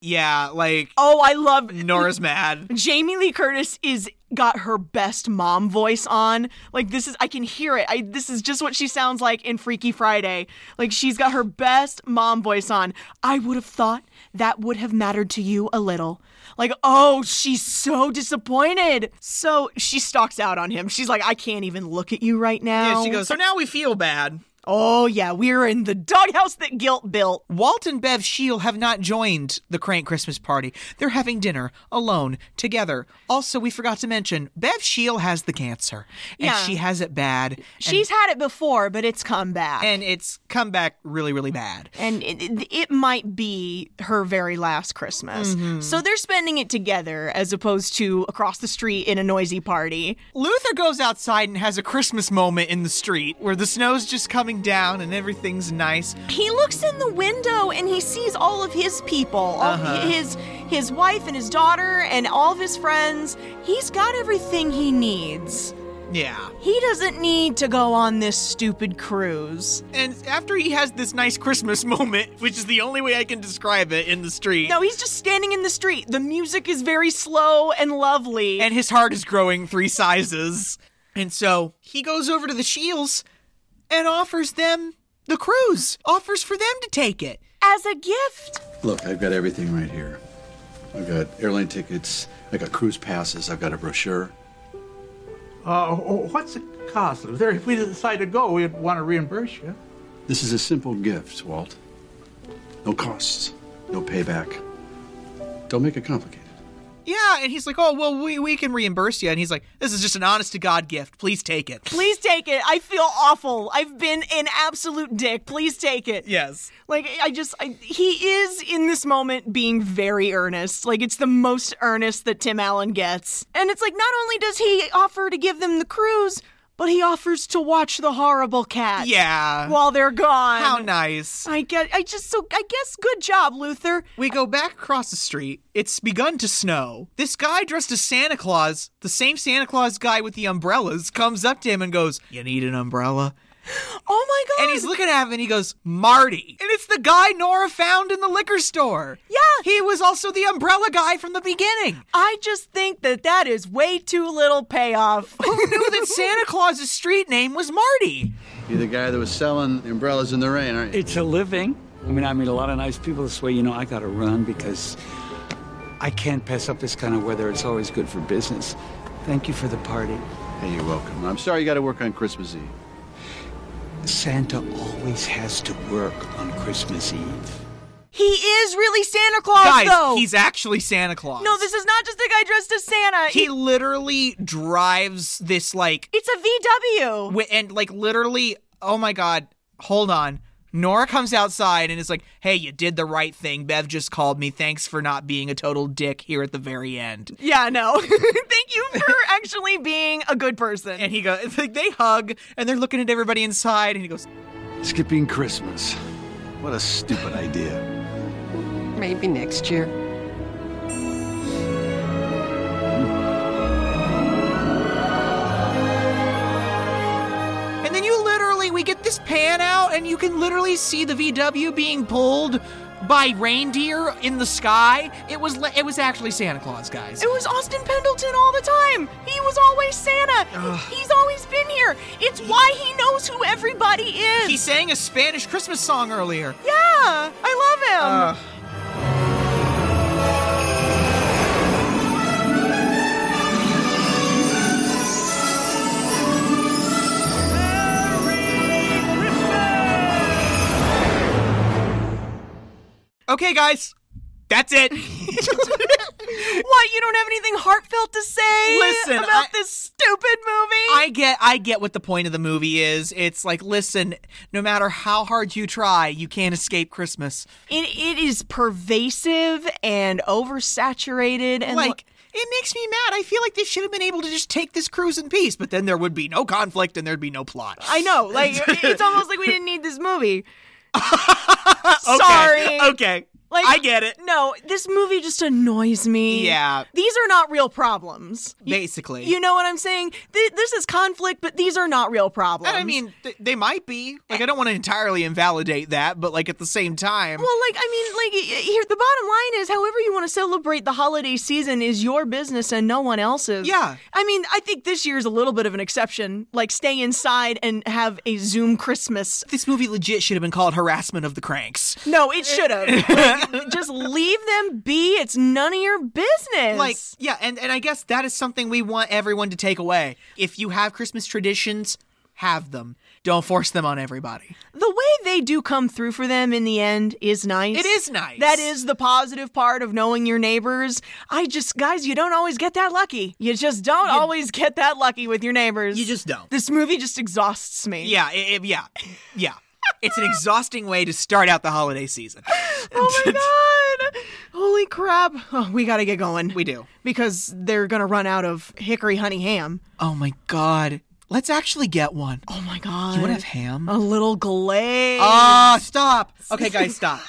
S1: Yeah, like
S2: Oh, I love
S1: Nora's [LAUGHS] mad.
S2: Jamie Lee Curtis is got her best mom voice on. Like this is I can hear it. I this is just what she sounds like in Freaky Friday. Like she's got her best mom voice on. I would have thought that would have mattered to you a little. Like, oh, she's so disappointed. So she stalks out on him. She's like, I can't even look at you right now.
S1: Yeah, she goes, So now we feel bad.
S2: Oh, yeah, we're in the doghouse that guilt built.
S1: Walt and Bev Shield have not joined the Crank Christmas party. They're having dinner alone together. Also, we forgot to mention Bev Shield has the cancer, and
S2: Yeah.
S1: she has it bad. and-
S2: She's had it before, but it's come back.
S1: and it's come back really, really bad.
S2: and it, it- it might be her very last Christmas.
S1: Mhm.
S2: So they're spending it together as opposed to across the street in a noisy party.
S1: Luther goes outside and has a Christmas moment in the street where the snow's just coming down and everything's nice.
S2: He looks in the window and he sees all of his people, all
S1: Uh-huh.
S2: his his wife and his daughter and all of his friends. He's got everything he needs.
S1: Yeah.
S2: He doesn't need to go on this stupid cruise.
S1: And after he has this nice Christmas [LAUGHS] moment, which is the only way I can describe it in the street.
S2: No, he's just standing in the street. The music is very slow and lovely.
S1: and his heart is growing three sizes. And so he goes over to the Shields and offers them the cruise, offers for them to take it.
S2: As a gift.
S9: Look, I've got everything right here. I've got airline tickets, I've got cruise passes, I've got a brochure.
S21: Uh, what's it cost, Luther? If we decide to go, we'd want to reimburse you.
S9: This is a simple gift, Walt. No costs, no payback. Don't make it complicated.
S1: Yeah, and he's like, "Oh, well, we we can reimburse you." And he's like, "This is just an honest to God gift. Please take it."
S2: Please take it. I feel awful. I've been an absolute dick. Please take it.
S1: Yes.
S2: Like I just I, he is in this moment being very earnest. Like it's the most earnest that Tim Allen gets. And it's like not only does he offer to give them the cruise, but he offers to watch the horrible cat.
S1: Yeah.
S2: While they're gone.
S1: How nice.
S2: I get I just so I guess good job, Luther.
S1: We go back across the street. It's begun to snow. This guy dressed as Santa Claus, the same Santa Claus guy with the umbrellas, comes up to him and goes, "You need an umbrella?"
S2: Oh my god.
S1: And he's looking at him and he goes, Marty. And it's the guy Nora found in the liquor store. Yeah. He was also the umbrella guy from the beginning.
S2: I just think that that is way too
S1: [LAUGHS]
S2: little payoff.
S1: Who knew
S2: [LAUGHS]
S1: that Santa Claus's street name was Marty?
S9: You're the guy that was selling the umbrellas in the rain, aren't you?
S19: It's a living. I mean, I meet a lot of nice people this way. You know, I got to run because I can't pass up this kind of weather. It's always good for business. Thank you for the party.
S9: Hey, you're welcome. I'm sorry you got to work on Christmas Eve.
S19: Santa always has to work on Christmas Eve.
S2: He is really Santa Claus
S1: Guys,
S2: though.
S1: he's actually Santa Claus.
S2: Oh, No, this is not just a guy dressed as Santa.
S1: He literally drives this, like,
S2: It's a VW.
S1: wi- and, like, literally, oh my God, hold on. Nora comes outside and is like, hey, you did the right thing. Bev just called me. Thanks for not being a total dick here at the very end.
S2: Yeah, no. [LAUGHS] Thank you [LAUGHS] for actually being a good person.
S1: And he [LAUGHS] goes, it's like, they hug and they're looking at everybody inside and he goes,
S9: Skipping Christmas. What a stupid idea.
S6: Maybe next year.
S1: And then you literally, we get this pan out, and you can literally see the VW being pulled by reindeer in the sky. It was le- it was actually Santa Claus, guys.
S2: It was Austin Pendleton all the time. He was always Santa. He's always been here. It's why he knows who everybody is.
S1: He sang a Spanish Christmas song earlier.
S2: Yeah, I love him.
S1: Uh, Okay, guys, that's it.
S2: [LAUGHS] What? You don't have anything heartfelt to say
S1: Listen,
S2: about
S1: I-
S2: this stupid movie?
S1: I get I get what the point of the movie is. It's like, listen, no matter how hard you try, you can't escape Christmas.
S2: It, it is pervasive and oversaturated and
S1: like it makes me mad. I feel like they should have been able to just take this cruise in peace, but then there would be no conflict and there'd be no plot.
S2: I know, like [LAUGHS] it- it's almost like we didn't need this [LAUGHS] movie.
S1: [LAUGHS] Okay,
S2: Sorry.
S1: Okay.
S2: Like
S1: I get it.
S2: No, this movie just annoys me.
S1: Yeah.
S2: These are not real problems. Y-
S1: Basically.
S2: You know what I'm saying? Th- this is conflict, but these are not real problems.
S1: And I mean, th- they might be. Like, I don't want to entirely invalidate that, but like at the same time,
S2: Well, like I mean, like y- y- here the bottom line is, however you want to celebrate the holiday season is your business and no one else's.
S1: Yeah.
S2: I mean, I think this year's a little bit of an exception. Like stay inside and have a Zoom Christmas.
S1: this movie legit should have been called Harassment of the Cranks.
S2: No, it
S1: [LAUGHS]
S2: should have. Like, just leave them be. It's none of your business.
S1: Like, yeah, and, and I guess that is something we want everyone to take away. If you have Christmas traditions, have them. Don't force them on everybody.
S2: the way they do come through for them in the end is nice.
S1: It is nice.
S2: That is the positive part of knowing your neighbors. I just, guys, you don't always get that lucky. You just don't always get that lucky with your neighbors. You
S1: just don't.
S2: This movie just exhausts me.
S1: Yeah, i i- yeah, yeah. It's an exhausting way to start out the holiday season.
S2: [GASPS] Oh
S1: [LAUGHS]
S2: my god! Holy crap! Oh, we gotta get going.
S1: We do.
S2: Because they're gonna run out of hickory honey ham.
S1: Oh my god. Let's actually get one.
S2: Oh my god!
S1: you want to have ham?
S2: a little glaze?
S1: Ah, stop. Okay, guys,
S2: [LAUGHS]
S1: stop.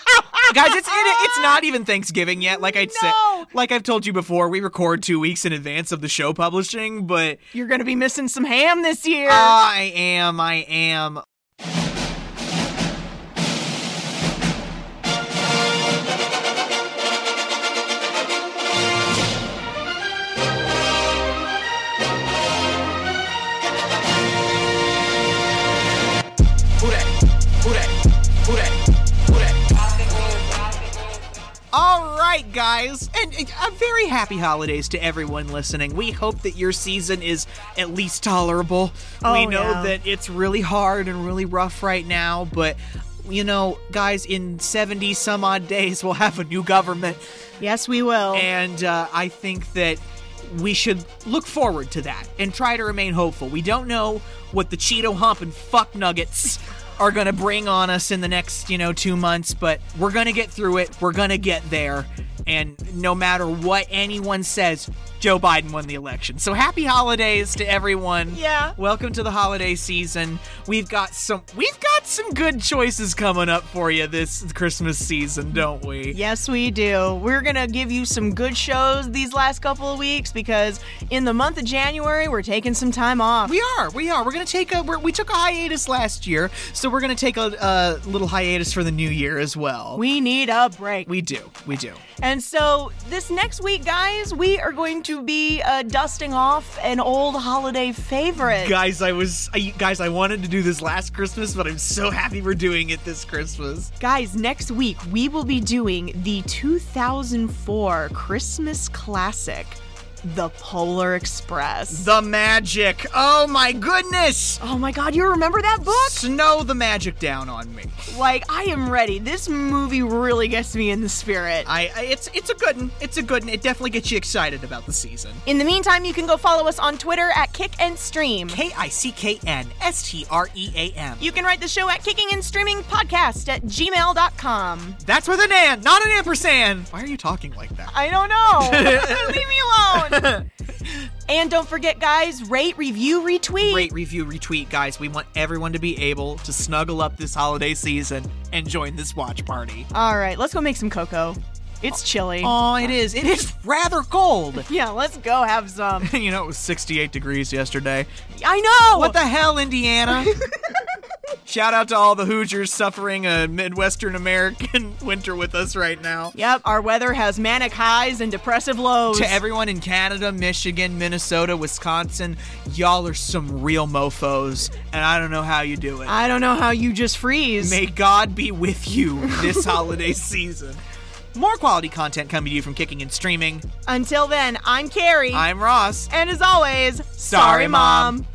S1: guys, it's it, it's not even Thanksgiving yet. Like I said, like I've told you before, we record two weeks in advance of the show publishing, but
S2: You're gonna be missing some ham this year.
S1: I am, I am. All right, guys, and uh, a very happy holidays to everyone listening. We hope that your season is at least tolerable. we
S2: Oh,
S1: know
S2: yeah.
S1: that it's really hard and really rough right now, but you know, guys, in 70 some odd days, we'll have a new government,
S2: yes, we will.
S1: and uh, I think that we should look forward to that and try to remain hopeful. We don't know what the Cheeto hump and fuck nuggets. Are gonna bring on us in the next, you know, two months, but we're gonna get through it. We're gonna get there. And no matter what anyone says, Joe Biden won the election. So happy holidays to everyone.
S2: Yeah.
S1: Welcome to the holiday season. We've got some we've got some good choices coming up for you this Christmas season, don't we?
S2: Yes, we do. We're going to give you some good shows these last couple of weeks because in the month of January, we're taking some time off.
S1: We are. We are. We're gonna take a. We're, we took a hiatus last year, so we're gonna take a, a little hiatus for the new year as well.
S2: We need a break.
S1: we do. We do.
S2: And so, this next week, guys, we are going to be uh, dusting off an old holiday favorite.
S1: Guys, I was I, guys. I wanted to do this last Christmas, but I'm so happy we're doing it this Christmas.
S2: Guys, next week, we will be doing the 2004 Christmas classic, The Polar Express.
S1: The magic. Oh my goodness.
S2: Oh my god, you remember that book?
S1: Snow the magic down on me.
S2: Like, I am ready. This movie really gets me in the spirit.
S1: I, I it's it's a good one. It's a good one. It definitely gets you excited about the season.
S2: In the meantime, you can go follow us on Twitter at Kick and Stream.
S1: K I C K N S T R E A M.
S2: You can write the show at Kicking and Streaming Podcast at gmail.com.
S1: That's with an and, not an ampersand. Why are you talking like that?
S2: [LAUGHS]
S1: [LAUGHS]
S2: I don't know. Leave me alone. And don't forget, guys, rate, review, retweet.
S1: Rate, review, retweet, guys. We want everyone to be able to snuggle up this holiday season and join this watch party.
S2: All right, let's go make some cocoa. It's chilly.
S1: Oh, it is. It is rather cold. [LAUGHS]
S2: yeah, let's go have some.
S1: you know, it was 68 degrees yesterday.
S2: I know.
S1: What the hell, Indiana? Shout out to all the Hoosiers suffering a Midwestern American [LAUGHS] winter with us right now.
S2: Yep, our weather has manic highs and depressive lows.
S1: To everyone in Canada, Michigan, Minnesota, Wisconsin, y'all are some real mofos, and I don't know how you do it.
S2: I don't know how you just freeze.
S1: May God be with you this holiday season. More quality content coming to you from Kicking and Streaming.
S2: Until then, I'm Carrie.
S1: I'm Ross.
S2: And as always,
S1: sorry, Mom. Mom.